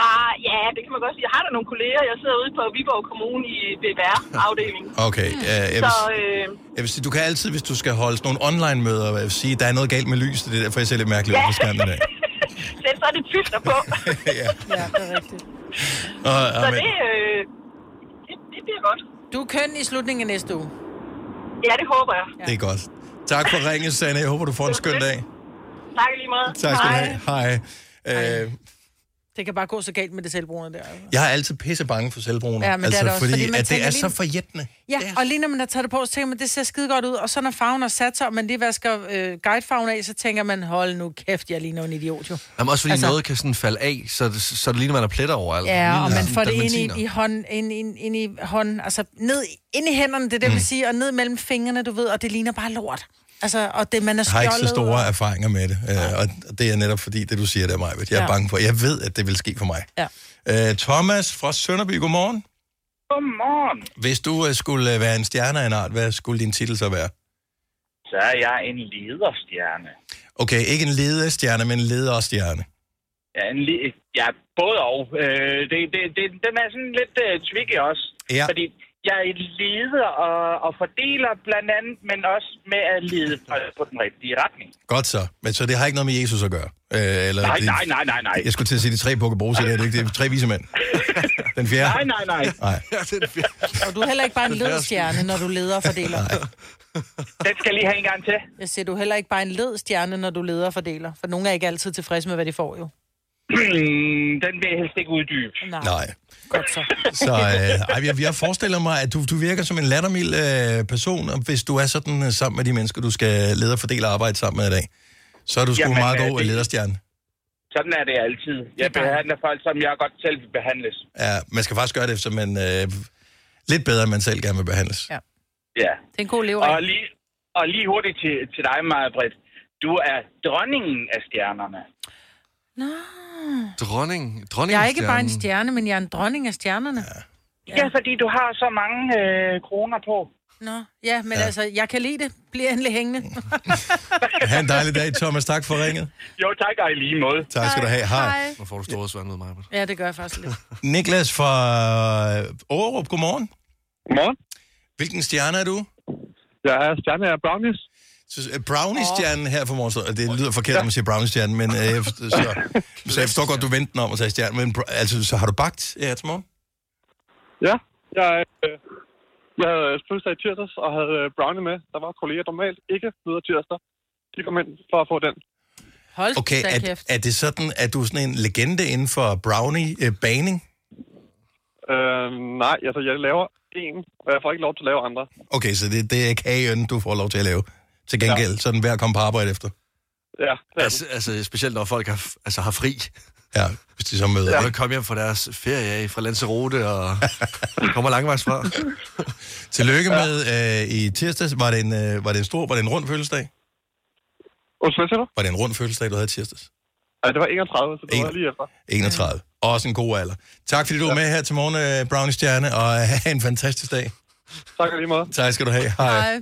Bare, ja, det kan man godt sige. Jeg har da nogle kolleger. Jeg sidder ude på Viborg Kommune i BVR-afdelingen. Okay, øh, jeg vil, Så øh, Jeg vil sige, du kan altid, hvis du skal holde sådan nogle online-møder, jeg vil sige, der er noget galt med lys, det er derfor, jeg ser lidt mærkeligt ud på skærmen i dag. sæt så lidt filter på. ja. Ja, det er rigtigt. Og, så og, men, det, øh, det, det bliver godt. Du er køn i slutningen af næste uge. Ja, det håber jeg. det er godt. Tak for ringet, Sanne. Jeg håber, du får en skøn dag. Tak i lige meget. Tak skal du have. Hej. Øh, Det kan bare gå så galt med det selvbrugende der. altså. jeg er altid pisse bange for selvbrugende. Altså, Ja, men det er det også, fordi, fordi man at det tænker er lige- så forjættende. Ja, Det er og lige når man har taget det på, så tænker man, det ser skide godt ud. Og så når farven har sat sig, og man lige vasker øh, guidefarven af, så tænker man, hold nu kæft, jeg ligner en idiot jo. Jamen også Altså- fordi altså, noget kan sådan falde af, så, det- så det ligner, man er pletter overalt. Ja, og man altså, sådan får det ind dalmatiner. i, i hånd, ind, ind, ind i hånd, altså ned, ind i hænderne, det er det, mm. vil sige, og ned mellem fingrene, du ved, og det ligner bare lort. Altså, og det, man er Jeg har stjålet. ikke så store og- erfaringer med det, øh, og det er netop fordi, det du siger der, Maja, jeg er Ja. bange for. Jeg ved, at det vil ske for mig. Ja. Øh, Thomas fra Sønderby, godmorgen. Godmorgen. Hvis du øh, skulle øh, være en stjerne af en art, hvad skulle din titel så være? Så er jeg en lederstjerne. Okay, ikke en lederstjerne, men en lederstjerne. Ja, en li- ja både og. Øh, det, det, det, den er sådan lidt øh, tricky også. Ja. Fordi jeg er en leder og, og fordeler blandt andet, men også med at lede på, på den rigtige retning. Godt så. Men så det har ikke noget med Jesus at gøre? Øh, eller Nej, det, nej, nej, nej, nej. Jeg skulle til at sige, de tre pokebrugs, det er det ikke. Det er tre vise mænd. Den fjerde? Nej, nej, nej. Nej. Ja, det er fedt. Og du er heller ikke bare en ledstjerne, når du leder og fordeler. Den skal lige have en gang til. Jeg siger, du er heller ikke bare en ledstjerne, når du leder og fordeler. For nogen er ikke altid tilfredse med, hvad de får jo. Den vil jeg helst ikke uddybe. Nej. Godt så. Så øh, ej, jeg, jeg forestiller mig, at du, du virker som en lattermild øh, person, og hvis du er sådan øh, sammen med de mennesker, du skal lede og fordele arbejde sammen med i dag. Så er du sgu Jamen, meget øh, god det- lederstjerne. Sådan er det altid. Jeg behandler folk, som jeg godt selv vil behandles. Ja, man skal faktisk gøre det, så man øh, lidt bedre, end man selv gerne vil behandles. Ja. Ja. Det er en god lever. Og lige, og lige hurtigt til, til dig, Maja Britt. Du er dronningen af stjernerne. Nå. Dronning, dronning Jeg er ikke bare en stjerne, men jeg er en dronning af stjernerne. Ja. Ja, fordi du har så mange øh, kroner på. Nå, ja, men ja. altså, jeg kan lide det. Bliv endelig hængende. Ha' en dejlig dag, Thomas. Tak for ringet. Jo, tak, og i lige måde. Tak skal du have. Hej. Hej. Hvor får du store svand med mig? Ja, det gør jeg faktisk lidt. Niklas fra Årup, godmorgen. Godmorgen. Hvilken stjerne er du? Jeg er stjerne af brownies. Brownie-stjernen her for morgen, og det lyder forkert, når man siger brownie-stjernen, men øh, jeg forstår- så, så jeg forstår godt, du vendte den om og sagde stjernen, men br- altså, så har du bagt her til morgen? Ja, jeg, øh, jeg havde fødselsdag i tirsdags og havde øh, brownie med. Der var kolleger normalt ikke møder tirsdag. De kom ind for at få den. Hold Okay, da er, kæft. er det sådan, at du er sådan en legende inden for brownie-baning? Øh, nej, altså jeg laver en, og jeg får ikke lov til at lave andre. Okay, så det, det er kagen, du får lov til at lave til gengæld, ja. sådan hver kom på arbejde efter. Ja. Altså, altså, specielt når folk har, f- altså, har fri. Ja, hvis de så møder. Ja. Og kommer hjem fra deres ferie af, fra Lanzarote og kommer langvejs fra. Tillykke med øh, i tirsdags. Var det, en, øh, var det en stor, var det en rund fødselsdag? Undskyld, siger du? Var det en rund fødselsdag, du havde i tirsdags? Ej, det var 31, så det En- var lige efter. 31. Også en god alder. Tak fordi du ja. var med her til morgen, øh, Brownie Stjerne, og øh, have en fantastisk dag. Tak og lige måde. Tak skal du have. Hej. Hej.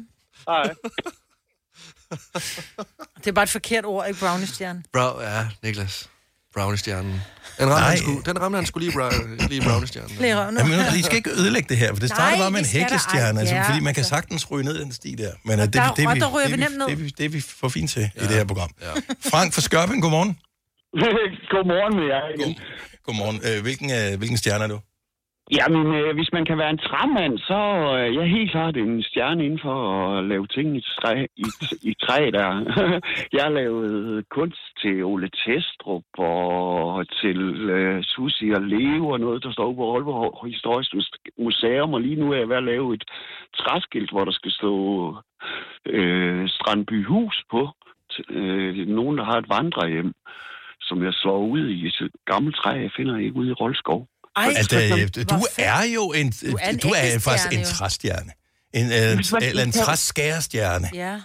Hej. Det er bare et forkert ord, ikke brownie-stjerne. Bro, ja, Niklas. Brownie-stjernen. Den ramte, han sgu, den ramte han skulle lige, bra- lige brownie-stjernen. Lige i røven nu. Jamen, I skal ikke ødelægge det her, for det Nej, starter bare med en det skal der hæklestjerne, ej. altså, Ja, fordi man kan altså. sagtens ryge ned i den sti der. Men Og øh, det, der- det, det, og vi- der ryger det, vi nemt ned. Det, det, det er vi for fint til ja. i det her program. Ja. Frank fra Skørping, godmorgen. Godmorgen med jer igen. Godmorgen. Øh, hvilken, øh, hvilken stjerne er du? Jamen, øh, hvis man kan være en træmand, så øh, jeg er helt klart en stjerne inden for at lave ting i træ, i, i træ der. jeg har lavet kunst til Ole Testrup og til øh, Susi og Leo og noget, der står på Aalborg Historisk Museum. Og lige nu er jeg ved at lave et træskilt, hvor der skal stå øh, Strandbyhus på. T- øh, nogen, der har et vandrehjem, som jeg slår ud i et gammelt træ, jeg finder ikke ude i Roldskov. Ej, altså, øh, du er jo en, Du du er er, en du er faktisk æggestjerne en jo. træstjerne. En, øh, Hvis man eller en kan- træskærestjerne. Ja.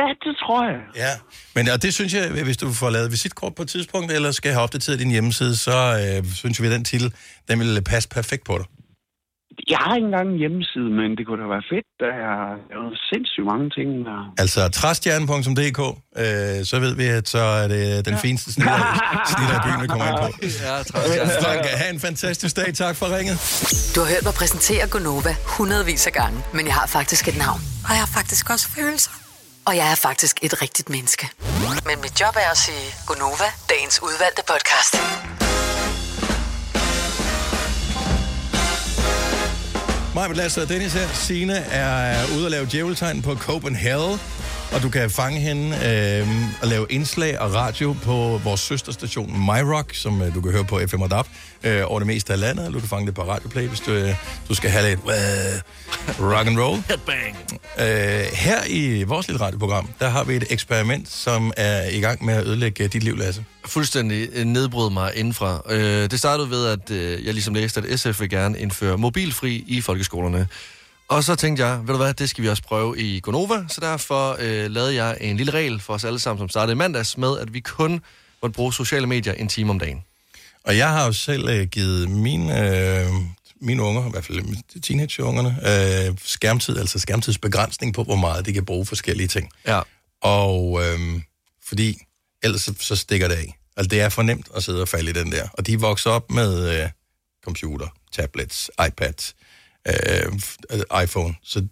Ja, det tror jeg. Ja, men og det synes jeg, hvis du får lavet visitkort på et tidspunkt, eller skal have opdateret din hjemmeside, så øh, synes vi, at den titel, den vil passe perfekt på dig. Jeg har ikke engang en hjemmeside, men det kunne da være fedt. Der er der er sindssygt mange ting, der... Altså træstjerne.dk, øh, så ved vi, at så er det øh, den ja. fineste snitter, snitter i byen, vi kommer ind på. Ja, Frank, have en fantastisk dag. Tak for ringet. Du har hørt mig præsentere Gonova hundredvis af gange, men jeg har faktisk et navn. Og jeg har faktisk også følelser. Og jeg er faktisk et rigtigt menneske. Men mit job er at sige Gonova, dagens udvalgte podcast. Maja Lasse og øh, Dennis her. Signe er øh, ude at lave djæveltegn på Copenhagen, og du kan fange hende øh, og lave indslag og radio på vores søsterstation MyRock, som øh, du kan høre på FM og DAB øh, over det meste af landet, eller du kan fange det på Radioplay, hvis du, øh, du skal have lidt øh, rock and roll. Headbang. Øh, her i vores lille radioprogram, der har vi et eksperiment, som er i gang med at ødelægge øh, dit liv, Lasse. fuldstændig øh, nedbrød mig indenfra. Øh, det startede ved, at øh, jeg ligesom læste, at SF vil gerne indføre mobilfri i folkeskolerne. Og så tænkte jeg, ved du hvad, det skal vi også prøve i Gonova, så derfor øh, lavede jeg en lille regel for os alle sammen, som startede i mandags, med at vi kun måtte bruge sociale medier en time om dagen. Og jeg har jo selv øh, givet mine, øh, mine unger, i hvert fald teenageungerne, øh, skærmtid, altså skærmtidsbegrænsning på, hvor meget de kan bruge forskellige ting. Ja. Og øh, fordi ellers så, så stikker det af. Altså det er for nemt at sidde og falde i den der. Og de vokser op med øh, computer, tablets, iPads, øh, f- iPhone. Så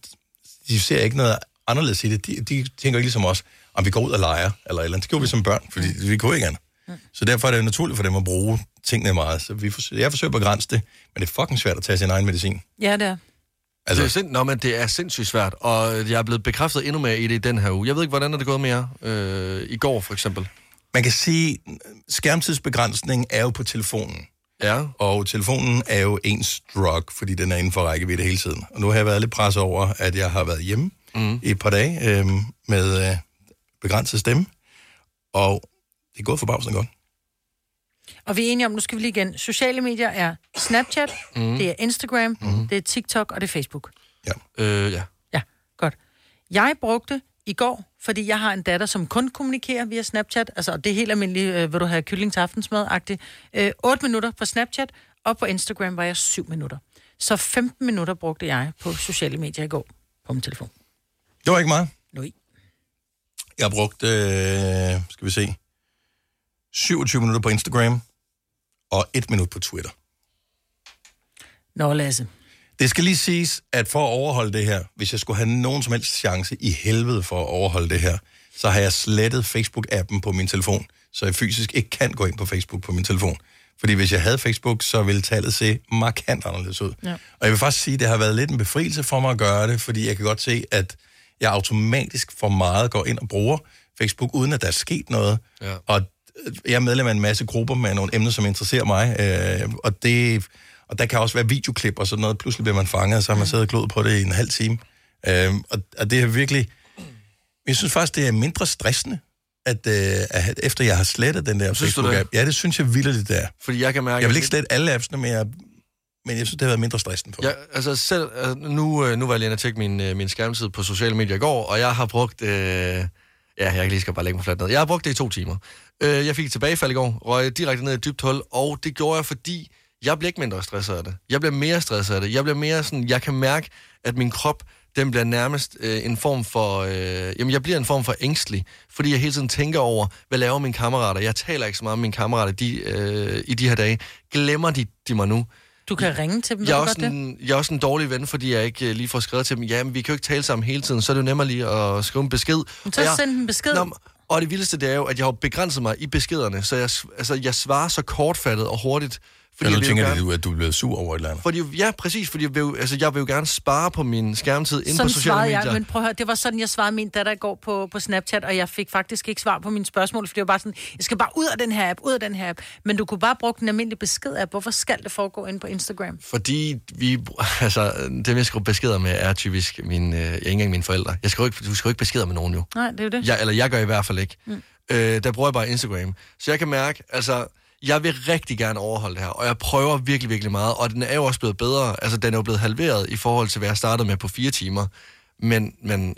de ser ikke noget anderledes i det. De, de tænker ikke ligesom os, om vi går ud og leger, eller et eller andet. Det gjorde vi som børn, fordi vi kunne ikke andet. Så derfor er det jo naturligt for dem at bruge tingene meget. Så vi forsøger, jeg forsøger at begrænse det, men det er fucking svært at tage sin egen medicin. Ja, det er. Altså- Altså, det, er sind... Nå, men det er sindssygt svært, og jeg er blevet bekræftet endnu mere i det i den her uge. Jeg ved ikke, hvordan er det gået med jer øh, i går, for eksempel. man kan sige, skærmtidsbegrænsning er jo på telefonen. Ja. Og telefonen er jo ens drug, fordi den er inden for rækkevidde hele tiden. Og nu har jeg været lidt presset over, at jeg har været hjemme mm. i et par dage øh, med øh, begrænset stemme. Og det er gået forbavsende godt. Og vi er enige om, nu skal vi lige igen. Sociale medier er Snapchat, Mhm. mm. det er Instagram, mm. det er TikTok og det er Facebook. Ja. Øh, ja. Ja, godt. Jeg brugte i går, fordi jeg har en datter, som kun kommunikerer via Snapchat, altså og det er helt almindeligt, øh, vil du have kylling til aftensmad-agtigt, øh, 8 minutter på Snapchat, og på Instagram var jeg 7 minutter. Så 15 minutter brugte jeg på sociale medier i går på min telefon. Det var ikke meget. Nej. Jeg har brugt, øh, skal vi se, 27 minutter på Instagram og 1 minut på Twitter. Nå, Lasse. Det skal lige siges, at for at overholde det her, hvis jeg skulle have nogen som helst chance i helvede for at overholde det her, så har jeg slettet Facebook-appen på min telefon, så jeg fysisk ikke kan gå ind på Facebook på min telefon. Fordi hvis jeg havde Facebook, så ville tallet se markant anderledes ud. Ja. Og jeg vil faktisk sige, at det har været lidt en befrielse for mig at gøre det, fordi jeg kan godt se, at jeg automatisk for meget går ind og bruger Facebook, uden at der er sket noget. Ja. Og øh, jeg er medlem af en masse grupper med nogle emner, som interesserer mig. Øh, og, det, og der kan også være videoklip og sådan noget. Pludselig bliver man fanget, og så har man siddet og glod på det i en halv time. Øh, og, og det er virkelig... Jeg synes faktisk, det er mindre stressende, at, øh, at efter jeg har slettet den der Synes du Facebook-app. Ja, det synes jeg vildt, det er. Fordi jeg kan mærke... Jeg vil ikke slette alle appsene, men jeg, men jeg synes, det har været mindre stressende på. Ja, altså selv, altså nu, øh, nu var jeg lige inde og tjekke min, øh, min skærmtid på sociale medier i går, og jeg har brugt, øh, ja, jeg kan lige skal bare lægge mig fladt ned. Jeg har brugt det i to timer. Øh, jeg fik et tilbagefald i går, røg direkte ned i et dybt hul, og det gjorde jeg, fordi jeg bliver ikke mindre stresset af det. Jeg bliver mere stresset af det. Jeg bliver mere sådan, jeg kan mærke, at min krop, den bliver nærmest øh, en form for, øh, jamen jeg bliver en form for ængstelig, fordi jeg hele tiden tænker over, hvad laver mine kammerater? Jeg taler ikke så meget med mine kammerater de, øh, i de her dage. Glemmer de, de mig nu? Du kan ringe til dem, ved jeg er, du også godt det? en, jeg er også en dårlig ven, fordi jeg ikke øh, lige får skrevet til dem, jamen vi kan jo ikke tale sammen hele tiden, så er det jo nemmere lige at skrive en besked. Men så Og jeg, send dem en besked. Nå, men- og det vildeste, det er jo, at jeg har begrænset mig i beskederne, så jeg, s- altså, jeg svarer så kortfattet og hurtigt. Fordi jeg du vil jo tænker, gerne- gerne... at du er blevet sur over et eller andet. fordi, ja, præcis, fordi jeg vil, jo- altså, jeg vil jo gerne spare på min skærmtid inde Sådan på sociale svarede medier. jeg, men prøv at høre, det var sådan, jeg svarede min datter i går på, på Snapchat, og jeg fik faktisk ikke svar på mine spørgsmål, for det var bare sådan, jeg skal bare ud af den her app, ud af den her app. Men du kunne bare bruge den almindelige besked-app. Hvorfor skal det foregå inde på Instagram? Fordi vi, altså, dem jeg skriver beskeder med, er typisk min, øh, ja, ikke engang mine forældre. Jeg skriver ikke, du skriver ikke beskeder med nogen jo. Nej, det er jo det. Jeg, eller jeg gør i hvert fald ikke. Mm. Mm. Øh, der bruger jeg bare Instagram. Så jeg kan mærke, altså, jeg vil rigtig gerne overholde det her, og jeg prøver virkelig, virkelig meget. Og den er jo også blevet bedre. Altså, den er jo blevet halveret i forhold til, hvad jeg startede med på fire timer. Men, men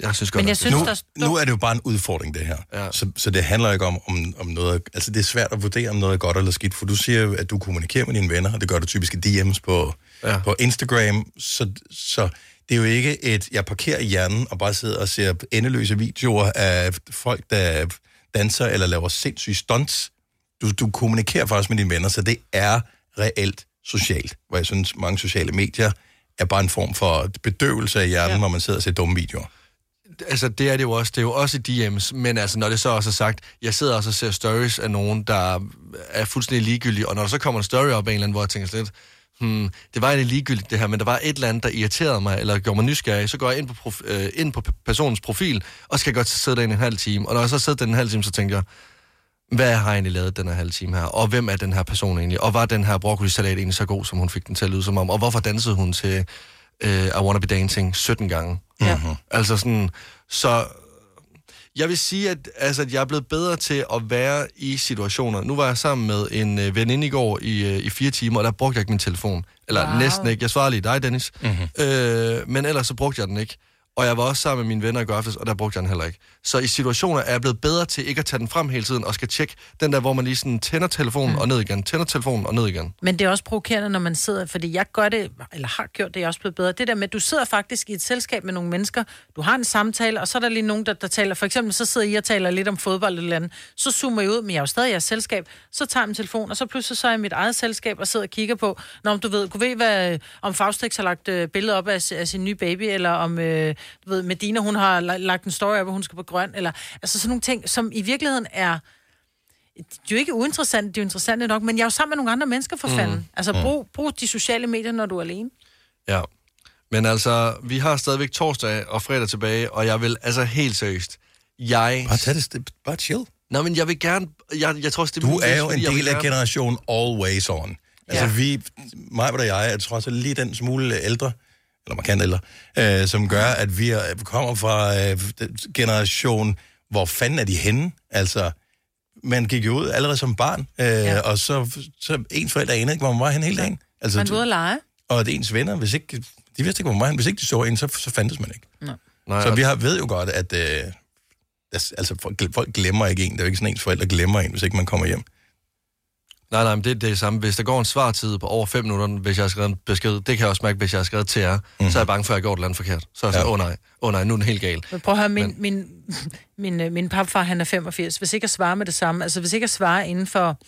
jeg synes Men godt, nok, jeg det- synes, nu, der nu er det jo bare en udfordring, det her. Ja. Så, så det handler ikke om, om, om noget... Altså, det er svært at vurdere, om noget er godt eller skidt, for du siger jo, at du kommunikerer med dine venner, og det gør du typisk i DM's på, ja. på Instagram. Så, så det er jo ikke et... Jeg parkerer hjernen og bare sidder og ser endeløse videoer af folk, der danser eller laver sindssyge stunts. Du, du kommunikerer faktisk med dine venner, så det er reelt socialt, hvor jeg synes, mange sociale medier er bare en form for bedøvelse af hjernen, ja. når man sidder og ser dumme videoer. altså, det er det jo også. Det er jo også i DM's, men altså, når det så også er sagt, jeg sidder også og ser stories af nogen, der er fuldstændig ligegyldige, og når der så kommer en story op af en eller anden, hvor jeg tænker sådan lidt, hmm, det var egentlig ligegyldigt det her, men der var et eller andet, der irriterede mig, eller gjorde mig nysgerrig, så går jeg ind på, prof- øh, ind på p- personens profil, og skal godt sidde der en halv time, og når jeg så sidder der en halv time, så tænker jeg, hvad har jeg egentlig lavet den her halve time her? Og hvem er den her person egentlig? Og var den her broccolisalat egentlig så god, som hun fik den til at lyde som om? Og hvorfor dansede hun til øh, I Wanna Be Dancing 17 gange? Ja. Altså sådan, så jeg vil sige, at, altså, at jeg er blevet bedre til at være i situationer. Nu var jeg sammen med en øh, veninde i går i, øh, i fire timer, og der brugte jeg ikke min telefon. Eller Wow. wow. næsten ikke. Jeg svarede lige dig, Dennis. Mm-hmm. Øh, men ellers så brugte jeg den ikke. Og jeg var også sammen med mine venner i går aftes, og der brugte jeg den heller ikke. Så i situationer er jeg blevet bedre til ikke at tage den frem hele tiden, og skal tjekke den der, hvor man lige sådan tænder telefonen mm. og ned igen, tænder telefonen og ned igen. Men det er også provokerende, når man sidder, fordi jeg gør det, eller har gjort det, jeg er også blevet bedre. Det der med, at du sidder faktisk i et selskab med nogle mennesker, du har en samtale, og så er der lige nogen, der, der taler. For eksempel, så sidder I og taler lidt om fodbold eller et eller andet. Så zoomer I ud, men jeg er jo stadig i jeres selskab. Så tager jeg min telefon, og så pludselig så er jeg i mit eget selskab og sidder og kigger på, når du ved, kunne ved, hvad, om Faustix har lagt øh, billeder op af, si- af, sin nye baby, eller om øh, du ved, Medina, hun har la- lagt en story op, hvor hun skal på grøn, eller altså sådan nogle ting, som i virkeligheden er det er jo ikke uinteressant, det er jo interessant nok, men jeg er jo sammen med nogle andre mennesker for Mm. fanden. Altså Mm. brug, brug de sociale medier, når du er alene. Ja. Men altså, vi har stadigvæk torsdag og fredag tilbage, og jeg vil altså helt seriøst, jeg... Bare, tag det, bare chill. Nå, men jeg vil gerne... Jeg, jeg tror også, det Du min er tids, jo en fordi jeg vil del af gerne- generation always on. Altså ja. vi, mig og jeg, er trods alt lige den smule ældre, eller markant ældre, øh, som gør, at vi er, kommer fra øh, den generation, hvor fanden er de henne? Altså, man gik jo ud allerede som barn, øh, ja. og så, så en forælder anede ikke, hvor man var henne hele dagen. Altså, Man var ude at lege. og at ens venner, hvis ikke, de vidste ikke, hvor man var henne. Hvis ikke de så en, så, så fandtes man ikke. Nej. Nej, så og- vi har, ved jo godt, at øh, altså, folk, folk glemmer ikke en. Det er jo ikke sådan, ens forældre glemmer en, hvis ikke man kommer hjem. Nej, nej, men det er det samme. Hvis der går en svartid på over 5 minutter, hvis jeg har skrevet en besked, det kan jeg også mærke, hvis jeg har skrevet til jer, mm. Mhm. så er jeg bange for, at jeg går et eller andet forkert. Så er jeg ja. åh oh, nej, åh oh, nej, nu er den helt gal. Men prøv at høre, min, min, min, øh, min papfar, han er 85. Hvis ikke jeg svarer med det samme, altså hvis ikke jeg svarer inden for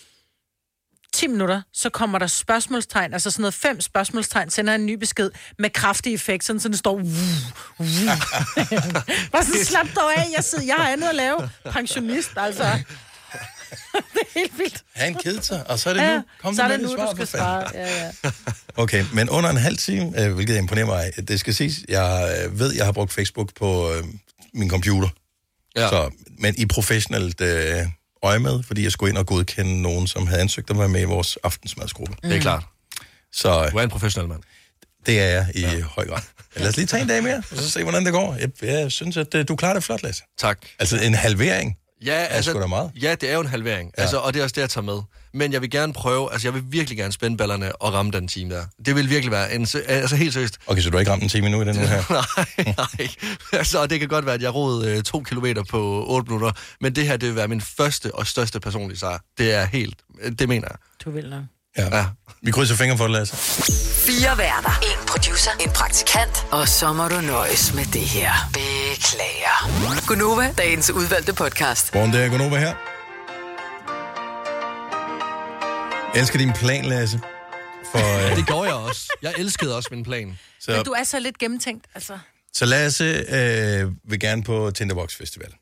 10 minutter, så kommer der spørgsmålstegn, altså sådan noget fem spørgsmålstegn, sender han en ny besked med kraftig effekt, sådan så det står... Bare sådan, slap dog af, jeg, sidder, jeg har andet at lave. Pensionist, altså. det er helt vildt. Han kedede sig, og så er det nu. Kom så er nu det med nu, det du svar, skal for fanden. svare. Ja, ja. Okay, men under en halv time, øh, hvilket imponerer mig, det skal siges, jeg øh, ved, jeg har brugt Facebook på øh, min computer. Ja. Så, men i professionelt øh, øje med, fordi jeg skulle ind og godkende nogen, som havde ansøgt at være med i vores aftensmadsgruppe. Mm. Det er klart. Så, øh, du er en professionel mand. Det er jeg i ja. høj grad. Men Lad os lige tage en dag mere, og så se, hvordan det går. Jeg, jeg synes, at øh, du klarer det flot, Lasse. Tak. Altså en halvering. Ja, altså, sgu da meget. ja, det er jo en halvering, ja. altså, og det er også det, jeg tager med. Men jeg vil gerne prøve, altså jeg vil virkelig gerne spænde ballerne og ramme den time der. Det vil virkelig være en, se- altså helt seriøst. Okay, så du har ikke ramt en time endnu i den uge her? nej, nej. Altså, og det kan godt være, at jeg rodede øh, to kilometer på 8 minutter, men det her, det vil være min første og største personlige sejr. Det er helt, det mener jeg. Du vil nok. Ja. ja. Vi krydser fingre for det, Lasse. Fire værter. En producer. En praktikant. Og så må du nøjes med det her. Beklager. Gunova, dagens udvalgte podcast. Godmorgen, det er Gunova her. Jeg elsker din plan, Lasse. For, øh, Det gjorde jeg også. Jeg elskede også min plan. Så- Men du er så lidt gennemtænkt, altså. så Lasse øh, vil gerne på Tinderbox Festival.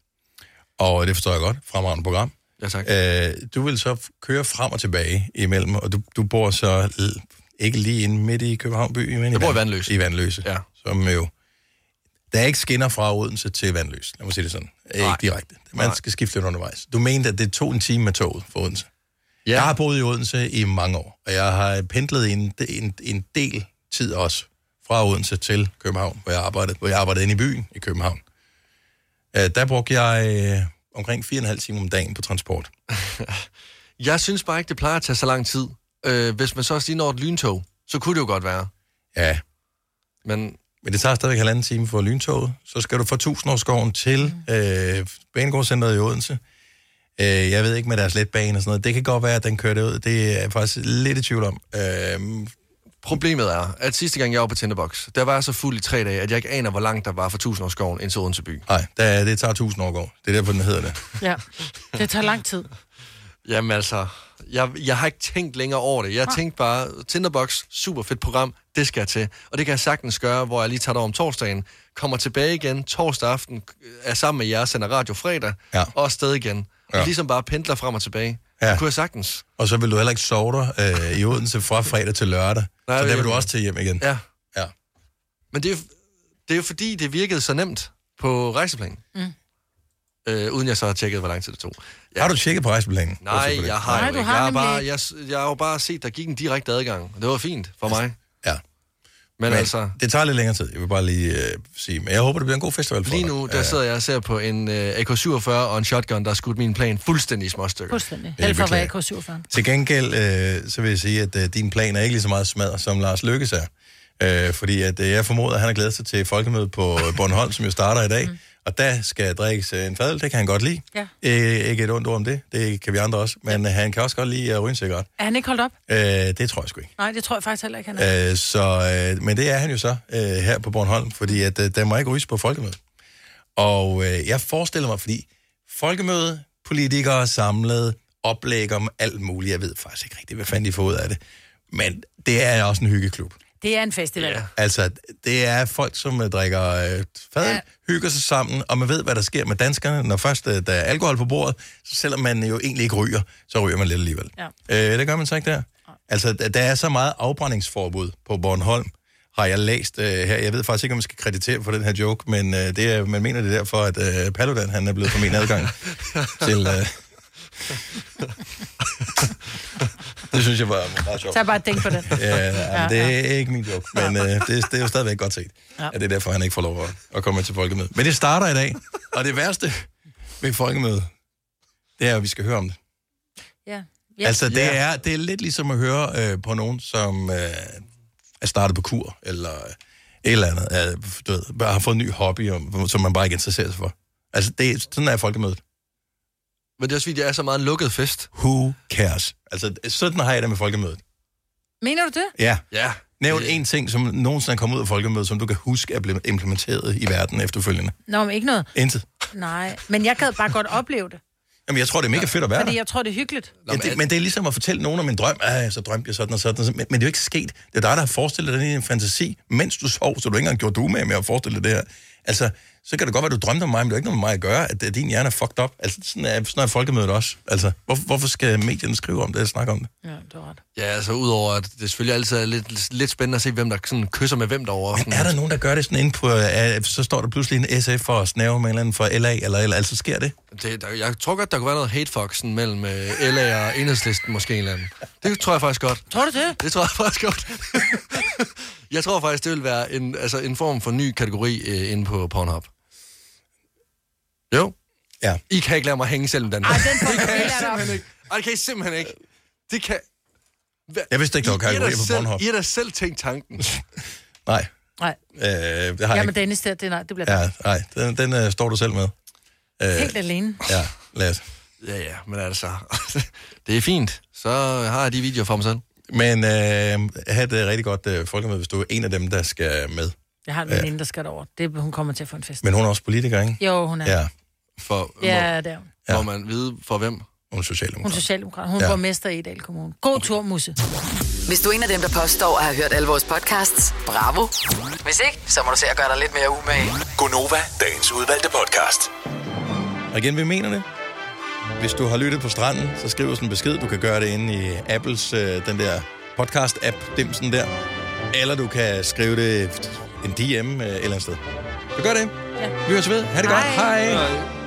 Og det forstår jeg godt. Fremragende program. Ja, tak. Øh, du vil så f- køre frem og tilbage imellem, og du, du bor så l- ikke lige inde midt i København by, men Jeg bor i Van- Vanløse. I Vandløse. Ja. Som jo... Der er ikke skinner fra Odense til Vandløse. Lad mig sige det sådan. Nej. Ikke direkte. Man Nej. skal skifte lidt undervejs. Du mente, at det tog en time med toget fra Odense. Ja. Jeg har boet i Odense i mange år, og jeg har pendlet en, en, en del tid også fra Odense til København, hvor jeg arbejdede, hvor jeg arbejdede inde i byen i København. Øh, der brugte jeg øh, omkring 4,5 timer om dagen på transport. Jeg synes bare ikke, det plejer at tage så lang tid. Øh, hvis man så også lige når et lyntog, så kunne det jo godt være. Ja. Men, Men det tager stadigvæk halvanden time for lyntoget. Så skal du fra Tusindårsskoven til Mm. øh, Banegårdscenteret i Odense. Øh, jeg ved ikke med deres letbane og sådan noget. Det kan godt være, at den kører derud. Det er jeg faktisk lidt i tvivl om. Øh, Problemet er, at sidste gang jeg var på Tinderbox, der var jeg så fuld i tre dage, at jeg ikke aner, hvor langt der var fra Tusindårsskoven ind til Odense by. nej, der, det tager 1000 år går. Det er derfor, den hedder det. Ja. Det tager lang tid. Jamen altså, jeg, jeg har ikke tænkt længere over det. Jeg Nej. tænkte bare, Tinderbox, super fedt program, det skal jeg til. Og det kan jeg sagtens gøre, hvor jeg lige tager det over om torsdagen, kommer tilbage igen torsdag aften, øh, er sammen med jer, sender radio fredag, Ja. og afsted igen. Ja. Ja. Og ligesom bare pendler frem og tilbage. Ja. Ja. Det kunne jeg sagtens. Og så vil du heller ikke sove dig øh, i Odense fra fredag til lørdag. Nej, Nej, så det der er vil du hjemme. også til hjem igen. Ja. Ja. Men det er, jo- det er jo fordi, det virkede så nemt på rejseplanen. Mm. Øh, uden jeg så har tjekket, hvor lang tid det tog. Ja. Har du tjekket på rejseplanen? Bortset fra Nej, det. jeg har Nej, jo du ikke. har jeg, har nemlig bare, jeg, jeg har jo bare set, der gik en direkte adgang. Det var fint for Altså, mig. Ja. Men, Men altså, Det tager lidt længere tid, jeg vil bare lige øh, sige. Men jeg håber, det bliver en god festival for lige dig. nu, der sidder jeg og ser på en øh, AK-47 og en shotgun, der har skudt min plan fuldstændig i småstykker. Fuldstændig. Held for at være AK47. Til gengæld, øh, så vil jeg sige, at øh, din plan er ikke lige så meget smadret, som Lars Lykkes er. Øh, fordi at, øh, jeg formoder, at han har glædet sig til folkemødet på øh, Bornholm, som jo starter i dag. Mm. Og der skal drikkes øh, en fadøl, det kan han godt lide. Ja. Øh, ikke et ondt ord om det, det kan vi andre også. Men øh, han kan også godt lide at ryge en cigaret. Er han ikke holdt op? Øh, det tror jeg sgu ikke. Nej, det tror jeg faktisk heller ikke, han er. Øh, så, øh, men det er han jo så øh, her på Bornholm, fordi at, øh, der må ikke ryges på folkemødet. Og øh, jeg forestiller mig, fordi folkemøde, politikere samlet, oplæg om alt muligt, jeg ved faktisk ikke rigtigt, hvad fanden de får ud af det. Men det er også en hyggeklub. Det er en festival. Ja. Altså, det er folk, som øh, drikker øh, fadøl, ja. hygger sig sammen, og man ved, hvad der sker med danskerne. Når først øh, der er alkohol på bordet, så selvom man jo egentlig ikke ryger, så ryger man lidt alligevel. Ja. Øh, det gør man så ikke der. Altså, der, der er så meget afbrændingsforbud på Bornholm, har jeg læst øh, her. Jeg ved faktisk ikke, om jeg skal kreditere for den her joke, men øh, det er, man mener det er derfor, at øh, Paludan han er blevet formen adgang til, øh, Det synes jeg var meget sjovt. Så jeg bare tænkt på den. Ja, nej, men det er ikke min joke, men øh, det, det er jo stadigvæk godt set. Ja. Ja. At det er derfor, han ikke får lov at, at komme til folkemødet. Men det starter i dag, og det værste ved folkemødet, det er, at vi skal høre om det. Ja. Ja. Altså, det, er, det er lidt ligesom at høre øh, på nogen, som øh, er startet på kur, eller et eller andet, er, du ved, bare har fået en ny hobby, om- som man bare ikke interesserer sig for. Altså, det, er- sådan er folkemødet. Men det er også fordi, det er så meget en lukket fest. Who cares? Altså, sådan har jeg det med folkemødet. Mener du det? Ja. Ja. Nævn Øh. en ting, som nogensinde er kommet ud af folkemødet, som du kan huske er blevet implementeret i verden efterfølgende. Nå, men ikke noget. Intet. Nej, men jeg gad bare godt opleve det, Jamen, jeg tror, det er mega fedt at være fordi der. jeg tror, det er hyggeligt. Ja, det, men det er ligesom at fortælle nogen om en drøm. Ej, så drømte jeg sådan og sådan. og sådan. Men, men det er jo ikke sket. Det er dig, der har forestillet dig den i en fantasi, mens du sov, så du ikke engang gjorde du med, med at forestille dig det her. Altså, så kan det godt være, du drømte om mig, men det er ikke noget med mig at gøre, at øh, din hjerne er fucked up. Altså, sådan er, sådan er folkemødet også. Altså, hvor, hvorfor skal medierne skrive om det og snakke om det? Ja, det var ret. Ja, altså udover, at det selvfølgelig altid er lidt, lidt spændende at se, hvem der sådan kysser med hvem derovre. Men er der nogen, der gør det sådan inde på, uh, så står der pludselig en SF for at snæve med en eller anden fra LA, eller, eller altså sker det? Det, der, jeg tror godt, der kunne være noget hatefoxen mellem øh, LA og Enhedslisten, måske en eller anden. Det tror jeg faktisk godt. Tror du det? Det tror jeg faktisk godt. jeg tror faktisk, det vil være en, altså, en form for ny kategori øh, inde på Pornhub. Jo. Ja. I kan ikke lade mig hænge selv om den. Ej, den det kan jeg simpelthen ikke. Ej, det kan I simpelthen ikke. Det kan... Hva? Jeg vidste ikke, der var I, I, er kategorier da på selv, Pornhub. I har da selv tænkt tanken. Nej, Nej, øh, det har jeg jamen ikke. Dennis, det, det, nej, det bliver ja. Ja, nej, den, den øh, står du selv med. Øh, Helt alene. Ja, lad os. Ja, ja, men altså... det er fint. Så har jeg de videoer for mig selv. Men øh, have det rigtig godt øh, folkemøde, hvis du er en af dem, der skal med. Jeg har en veninde, der skal derover. Det, hun kommer til at få en fest. Men hun er også politiker, ikke? Jo, hun er. Ja, For, Ja, det er hun. Ja. Må man vide for hvem? Hun er socialdemokrat. Hun er socialdemokrat. Hun er Ja. borgmester i Edal Kommune. God tur, Musse. Hvis du er en af dem, der påstår at have hørt alle vores podcasts, bravo. Hvis ikke, så må du se at gøre dig lidt mere umage. Gonova, dagens udvalgte podcast. Og igen, vi mener det. Hvis du har lyttet på stranden, så skriv os en besked. Du kan gøre det inde i Apples, øh, den der podcast-app, dimsen der. Eller du kan skrive det en DM øh, et eller andet sted. Så gør det. Ja. Vi høres ved. Ha' det godt. Hej. Hej.